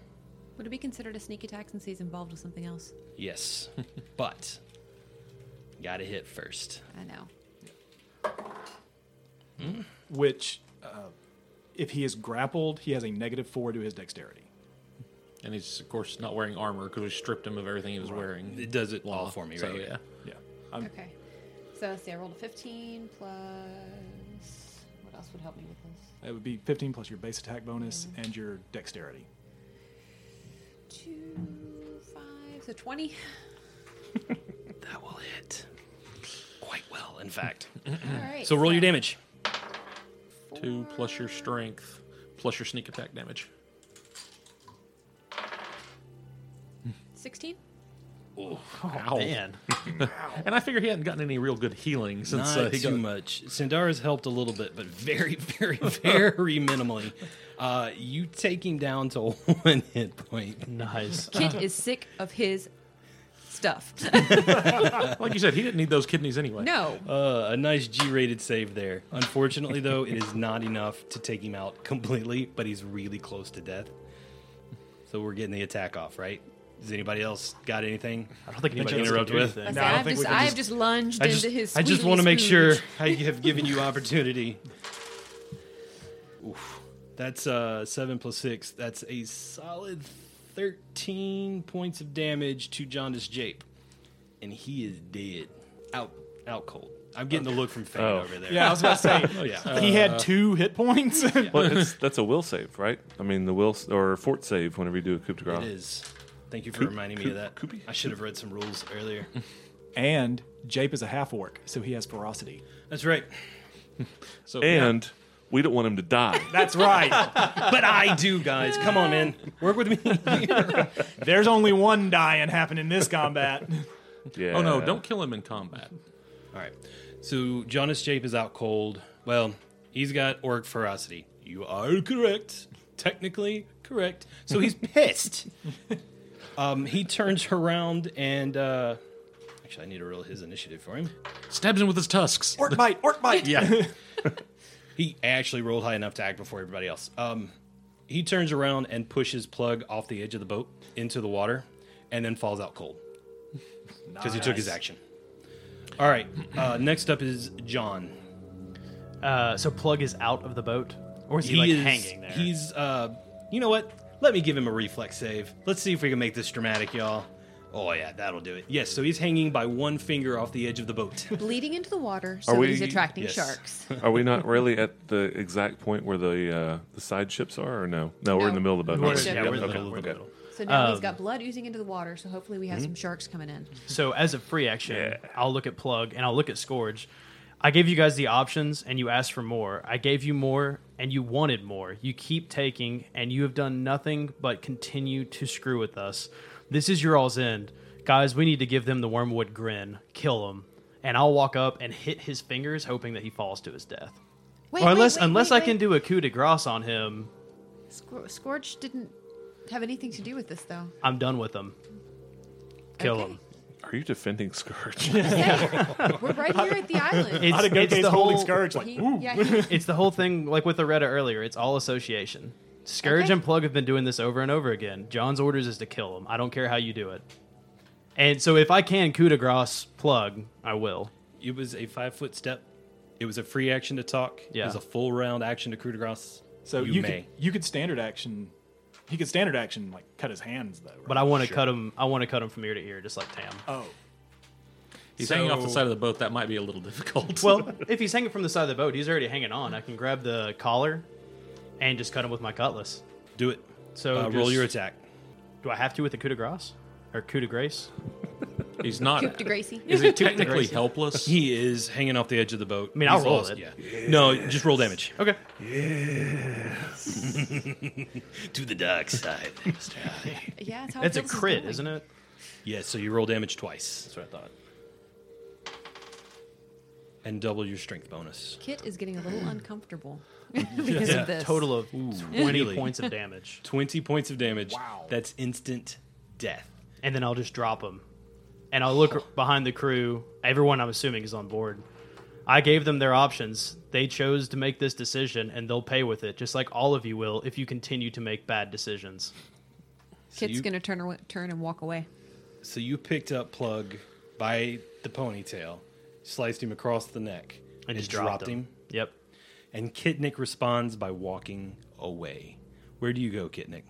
Speaker 6: Would it be considered a sneak attack since he's involved with something else?
Speaker 2: [LAUGHS] Yes, but gotta hit first.
Speaker 6: I know.
Speaker 9: Which, uh, if he is grappled, he has a negative four to his dexterity.
Speaker 4: And he's, of course, not wearing armor because we stripped him of everything he was wearing.
Speaker 2: It does it all
Speaker 4: Law.
Speaker 2: for me,
Speaker 4: So,
Speaker 2: right?
Speaker 4: yeah.
Speaker 9: Yeah, I'm,
Speaker 6: Okay. So let's see. I rolled a 15 plus. What else would help me with this?
Speaker 9: it would be 15 plus your base attack bonus and your dexterity.
Speaker 6: Two, five, so 20.
Speaker 2: That will hit quite well, in [LAUGHS] fact.
Speaker 6: All right.
Speaker 2: so roll your damage.
Speaker 4: Two plus your strength plus your sneak attack damage.
Speaker 6: 16?
Speaker 4: Ow.
Speaker 8: Man.
Speaker 4: And I figure he hadn't gotten any real good healing since
Speaker 2: Not
Speaker 4: uh, he
Speaker 2: too
Speaker 4: got.
Speaker 2: much. Sindara's helped a little bit, but very, [LAUGHS] very, [LAUGHS] very minimally. Uh, you take him down to [LAUGHS] one hit point.
Speaker 8: Nice.
Speaker 6: [LAUGHS] Kid is sick of his [LAUGHS] stuff.
Speaker 4: Like you said, he didn't need those kidneys anyway.
Speaker 6: no.
Speaker 2: Uh, a nice G-rated save there. Unfortunately, though, it is not enough to take him out completely, but he's really close to death. So we're getting the attack off, right? Does anybody else got anything?
Speaker 8: [LAUGHS] I don't think
Speaker 2: That
Speaker 8: anybody
Speaker 2: you
Speaker 8: else
Speaker 2: interrupt
Speaker 8: interrupt
Speaker 2: with?
Speaker 8: with.
Speaker 6: I say,
Speaker 8: Anything.
Speaker 9: I don't
Speaker 6: I've,
Speaker 9: think
Speaker 6: just,
Speaker 9: we can
Speaker 6: I've
Speaker 9: just-
Speaker 6: just lunged
Speaker 2: I just,
Speaker 6: into his.
Speaker 2: I just
Speaker 6: want to
Speaker 2: make sure I have given you opportunity. Oof. That's uh, 7 plus 6. That's a solid 13 points of damage to Jaundice Jape. And he is dead. Out out cold. I'm getting a look from Fane
Speaker 5: Oh.
Speaker 2: over there.
Speaker 9: Yeah, I was about to
Speaker 2: [LAUGHS]
Speaker 9: say
Speaker 2: Oh, yeah.
Speaker 9: he had two
Speaker 2: [LAUGHS]
Speaker 9: hit points.
Speaker 5: Well,
Speaker 8: [LAUGHS]
Speaker 5: it's, that's a will save, right? I mean, the will s- or fort save whenever you do a coup de grace.
Speaker 2: It is. Thank you for
Speaker 5: Coop-
Speaker 2: reminding me
Speaker 5: coop-
Speaker 2: of that.
Speaker 5: coopy?
Speaker 2: I should have read some rules earlier. [LAUGHS]
Speaker 10: And Jape is a half orc, so he has ferocity.
Speaker 2: That's right.
Speaker 10: So
Speaker 5: and we don't want him to die.
Speaker 10: That's right.
Speaker 2: but I do, guys. Come on, man. Work [LAUGHS] with me.
Speaker 10: There's only one dying happening in this combat.
Speaker 5: yeah.
Speaker 4: [LAUGHS] Oh no! Don't kill him in combat.
Speaker 2: All right. So Jonas Jape is out cold. Well, he's got orc ferocity. You are correct. Technically correct. So he's pissed. Um, he turns around and uh, actually, I need to roll his initiative for him.
Speaker 4: Stabs him with his tusks.
Speaker 10: Orc bite. Orc bite.
Speaker 2: Yeah. he actually rolled high enough to act before everybody else. Um, he turns around and pushes Plug off the edge of the boat into the water, and then falls out
Speaker 8: [LAUGHS]
Speaker 2: cold because he took his
Speaker 8: Nice.
Speaker 2: action. All right. Uh, next up is John.
Speaker 8: Uh, so Plug is out of the boat, or is he, like hanging there?
Speaker 2: He's, uh, you know what? Let me give him a reflex save. Let's see if we can make this dramatic, y'all. Oh yeah, that'll do it. Yes, so he's hanging by one finger off the edge of the
Speaker 8: [LAUGHS]
Speaker 2: boat.
Speaker 11: Bleeding into the water, so he's attracting
Speaker 2: Yes.
Speaker 11: sharks.
Speaker 5: [LAUGHS] Are we not really at the exact point where the uh, the side ships are, or no? No, we're in the middle of the boat.
Speaker 8: We're-
Speaker 5: Okay.
Speaker 8: yeah, we're in the
Speaker 5: Okay.
Speaker 8: middle, we're in the
Speaker 5: Okay.
Speaker 8: middle.
Speaker 11: So now he's
Speaker 8: Um,
Speaker 11: got blood oozing into the water, so hopefully we have
Speaker 8: Mhm.
Speaker 11: some sharks coming in.
Speaker 8: So as a free action, I'll look at plug and I'll look at scourge. I gave you guys the options and you asked for more. I gave you more and you wanted more. You keep taking and you have done nothing but continue to screw with us. This is your all's end. Guys, we need to give them the wormwood grin. Kill them. And I'll walk up and hit his fingers hoping that he falls to his death.
Speaker 11: Wait,
Speaker 8: or
Speaker 11: wait,
Speaker 8: unless
Speaker 11: wait,
Speaker 8: unless
Speaker 11: wait,
Speaker 8: I can do a coup de grace on him,
Speaker 11: Scor- Scorch didn't have anything to do with this,
Speaker 8: [LAUGHS]
Speaker 11: though.
Speaker 8: I'm done with him. Kill
Speaker 11: Okay.
Speaker 8: him.
Speaker 5: Are you defending [LAUGHS] Scourge?
Speaker 11: [LAUGHS] We're right here at the
Speaker 8: [LAUGHS]
Speaker 11: island.
Speaker 8: It's, it's the whole,
Speaker 11: He- yeah, he-
Speaker 8: it's the whole thing, like with Loretta earlier. It's all association. Scourge and Plug have been doing this over and over again. John's orders is to kill him. I don't care how you do it. And so, if I can coup de grace Plug, I will.
Speaker 2: It was a five foot step. It was a free action to talk. It
Speaker 8: Yeah.
Speaker 2: was a full round action to coup de grace.
Speaker 10: So you,
Speaker 2: you, may.
Speaker 10: Could, you could standard action. He could standard action like cut his hands though.
Speaker 8: But I want to cut him. I want to cut him from ear to ear, just like
Speaker 2: [LAUGHS]
Speaker 8: Tam.
Speaker 10: Oh,
Speaker 4: He's hanging off the side of the boat. That might be a little difficult.
Speaker 8: well, if he's hanging from the side of the boat, he's already hanging on. I can grab the collar and just cut him with my cutlass.
Speaker 2: Do it.
Speaker 8: So
Speaker 2: Uh,
Speaker 8: just-
Speaker 2: roll your attack.
Speaker 8: Do I have to with a coup de grace or coup de grace?
Speaker 4: [LAUGHS] He's not.
Speaker 11: [LAUGHS] Coup de
Speaker 8: [LAUGHS]
Speaker 11: Gracie.
Speaker 4: Is he
Speaker 11: Coup de
Speaker 4: technically
Speaker 11: Gracie.
Speaker 4: helpless?
Speaker 2: He is hanging off the edge of the boat.
Speaker 8: I mean, I'll
Speaker 2: He's
Speaker 8: roll
Speaker 2: lost-
Speaker 8: it.
Speaker 2: Yeah. No, just roll damage.
Speaker 8: Okay.
Speaker 2: [LAUGHS] to the dark side.
Speaker 11: yeah, that's how
Speaker 8: That's a
Speaker 11: Phyllis is
Speaker 8: crit,
Speaker 11: going.
Speaker 8: isn't it?
Speaker 2: [LAUGHS] Yeah, so you roll damage twice. That's
Speaker 8: what I thought.
Speaker 2: And double your strength bonus.
Speaker 11: Kit is getting a
Speaker 8: [LAUGHS]
Speaker 11: little uncomfortable [LAUGHS] because
Speaker 2: Yeah.
Speaker 11: of this.
Speaker 8: Total of
Speaker 2: Ooh.
Speaker 8: 20 points of damage.
Speaker 2: 20 points of damage. Wow. That's instant death.
Speaker 8: and then I'll just drop them. And I'll look behind the crew. Everyone, I'm assuming, is on board. I gave them their options. They chose to make this decision, and they'll pay with it, just like all of you will if you continue to make bad decisions.
Speaker 11: Kit's
Speaker 2: you-
Speaker 11: gonna turn awa- turn and walk away.
Speaker 2: So you picked up Plug by the ponytail, sliced him across the neck,
Speaker 8: And just dropped him. Yep.
Speaker 2: And Kitnick responds by walking away. Where do you go, Kitnick?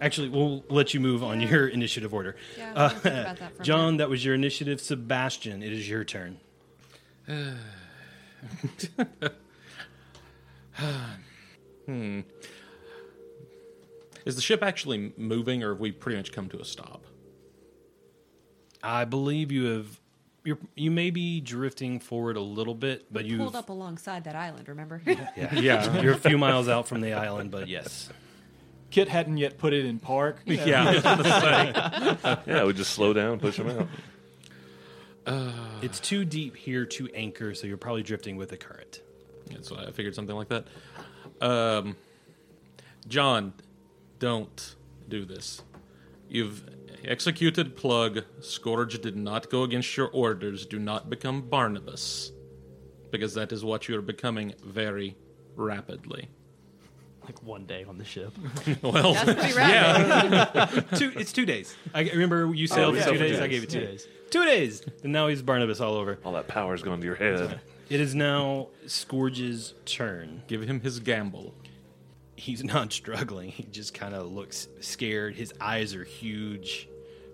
Speaker 2: Actually, we'll let you move on your initiative order.
Speaker 8: [LAUGHS]
Speaker 11: Yeah,
Speaker 2: Uh,
Speaker 11: think about that for a
Speaker 2: John, that was your initiative. Sebastian, it is your turn.
Speaker 4: hmm. Is the ship actually moving, or have we pretty much come to a stop?
Speaker 2: I believe you have you're you may be drifting forward a little bit, but you
Speaker 11: Pulled up alongside that island, remember? [LAUGHS]
Speaker 2: yeah. you're a few miles out from the island, but yes.
Speaker 10: Kit hadn't yet put it in park. you know.
Speaker 5: yeah, we just slow down, push [LAUGHS] him out.
Speaker 2: it's too deep here to anchor, so you're probably drifting with the current.
Speaker 4: That's why I figured something like that. Um, John, don't do this. You've executed Plug. Scourge did not go against your orders. Do not become Barnabas, because that is what you're becoming very rapidly.
Speaker 8: Like one day on the ship.
Speaker 4: well,
Speaker 2: yeah. two, it's two days. I g- remember you sailed
Speaker 5: Oh, yeah.
Speaker 2: for two
Speaker 5: Two
Speaker 2: days. I
Speaker 5: days.
Speaker 2: gave it two
Speaker 5: Yeah.
Speaker 2: days. Two days, and now he's Barnabas all over.
Speaker 5: All that power's gone to your head.
Speaker 2: It is now Scourge's turn.
Speaker 4: Give him his gamble.
Speaker 2: He's [LAUGHS] not struggling. He just kind of looks scared. His eyes are huge.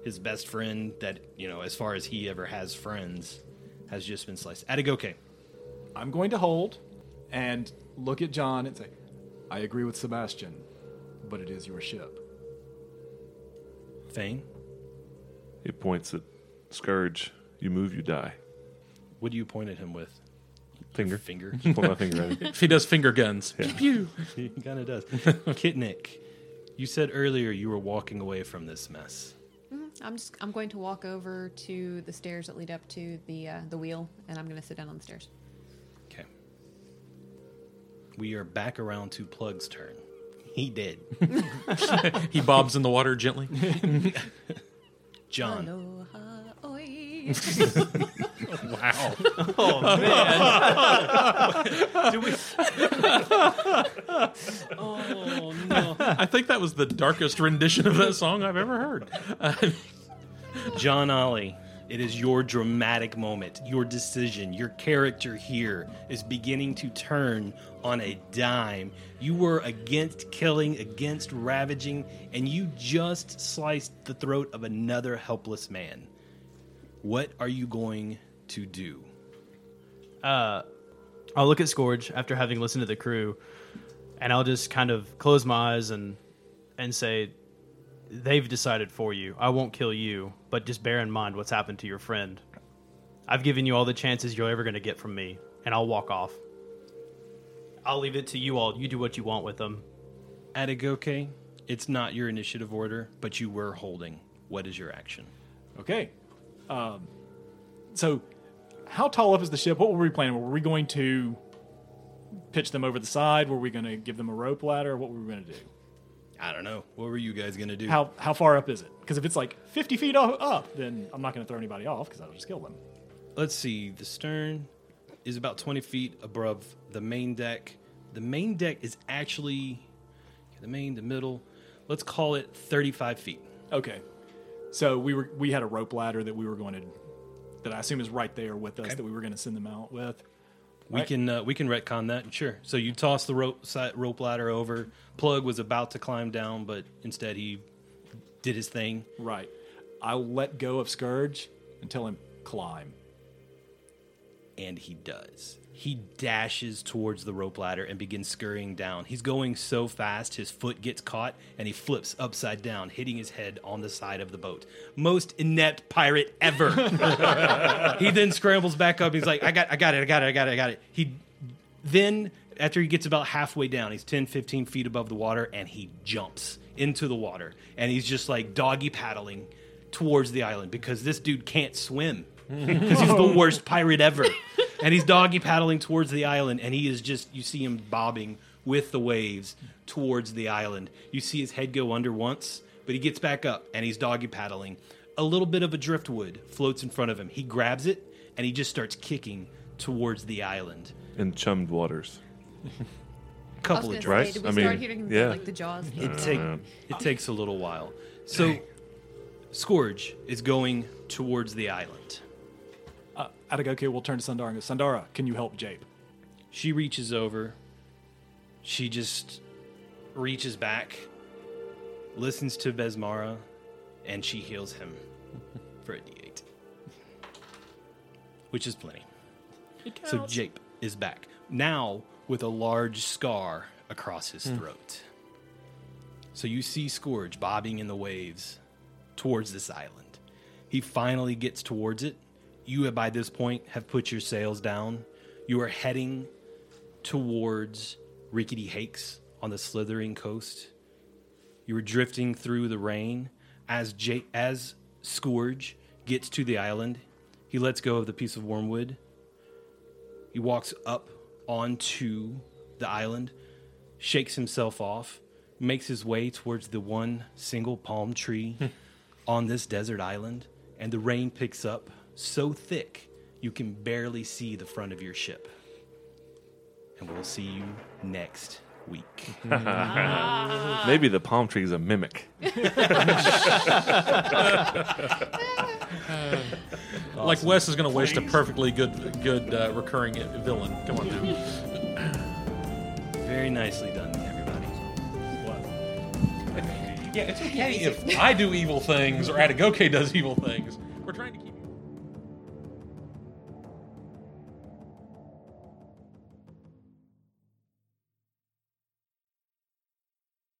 Speaker 2: His best friend, that, you know, as far as he ever has friends, has just been sliced. Atagoke.
Speaker 10: I'm going to hold and look at John and say, I agree with Sebastian, but it is your ship.
Speaker 2: Thing.
Speaker 5: He points at Scourge You move, you die.
Speaker 2: What do you point at him with? [LAUGHS]
Speaker 5: Finger.
Speaker 2: Finger.
Speaker 5: Just point my finger at him.
Speaker 2: If he does finger guns.
Speaker 5: Yeah.
Speaker 2: Pew. he kind of does. Kitnick, you said earlier you were walking away from this mess.
Speaker 6: Mhm. [LAUGHS] I'm just. I'm going to walk over to the stairs that lead up to the uh, the wheel, and I'm going to sit down on the stairs.
Speaker 2: Okay. We are back around to Plug's turn. He did.
Speaker 4: He bobs in the water gently.
Speaker 2: John.
Speaker 6: Aloha, oi.
Speaker 4: Wow.
Speaker 8: Oh,
Speaker 4: man.
Speaker 8: Do we-
Speaker 4: oh no. I think that was the darkest rendition of that song I've ever heard.
Speaker 2: John Ollie, it is your dramatic moment, your decision. Your character here is beginning to turn on a dime. You were against killing, against ravaging, and you just sliced the throat of another helpless man. What are you going to do?
Speaker 8: uh, I'll look at Scourge after having listened to the crew, and I'll just kind of close my eyes and and say, "They've decided for you. I won't kill you, but just bear in mind what's happened to your friend. I've given you all the chances you're ever going to get from me, and I'll walk off. I'll leave it to you all. You do what you want with them.
Speaker 2: Atagoke, it's not your initiative order, but you were holding. What is your action?
Speaker 9: Okay. Um, so, how tall up is the ship? What were we planning? Were we going to pitch them over the side? Were we going to give them a rope ladder? What were we going to do?
Speaker 2: I don't know. What were you guys going to do?
Speaker 9: How how far up is it? Because if it's like 50 feet o- up, then I'm not going to throw anybody off because I'll just kill them.
Speaker 2: Let's see. The stern is about 20 feet above the main deck. The main deck is actually the main, the middle. Let's call it 35 feet.
Speaker 9: Okay. So we were we had a rope ladder that we were going to that I assume is right there with us
Speaker 2: Okay.
Speaker 9: that we were going to send them out with.
Speaker 2: We
Speaker 9: Right.
Speaker 2: can uh, we can retcon that. Sure. So you toss the rope si- rope ladder over. Plug was about to climb down, but instead he did his thing.
Speaker 9: Right. I'll let go of Scourge and tell him climb.
Speaker 2: And he does. He dashes towards the rope ladder and begins scurrying down. He's going so fast, his foot gets caught and he flips upside down, hitting his head on the side of the boat. Most inept pirate ever. [LAUGHS] he then scrambles back up. He's like, I got, I got it, I got it, I got it, I got it. He then, after he gets about halfway down, he's 10, 15 feet above the water and he jumps into the water. And he's just like doggy paddling towards the island because this dude can't swim because he's the worst pirate ever. And he's doggy paddling towards the island, and he is just, you see him bobbing with the waves towards the island. You see his head go under once, but he gets back up and he's doggy paddling. A little bit of a driftwood floats in front of him. He grabs it and he just starts kicking towards the island.
Speaker 5: In chummed waters.
Speaker 6: I
Speaker 2: Couple of
Speaker 6: was
Speaker 2: drops.
Speaker 6: gonna say, did we start hearing the, like the jaws?
Speaker 2: It, take, it takes a little while. So, Scourge is going towards the island.
Speaker 9: Uh, Atagoke will turn to Sundara and go, Sundara, can you help Jape?
Speaker 2: She reaches over. She just reaches back, listens to Besmara, and she heals him for a d8, which is plenty. So Jape is back now with a large scar across his
Speaker 11: Hmm.
Speaker 2: throat. So you see Scourge bobbing in the waves towards this island. He finally gets towards it. You have, by this point have put your sails down. You are heading towards Rickety Hakes on the slithering coast. You were drifting through the rain as J- as Scourge gets to the island. He lets go of the piece of wormwood. He walks up onto the island, shakes himself off, makes his way towards the one single palm tree [LAUGHS] on this desert island, and the rain picks up so thick you can barely see the front of your ship. And we'll see you next week.
Speaker 5: Maybe the palm tree is a mimic.
Speaker 4: Like Wes is going to waste a perfectly good good uh, recurring i- villain. Come on now.
Speaker 2: Very [LAUGHS] nicely done, everybody.
Speaker 4: yeah, it's okay if I do evil things or Atagoke does evil things.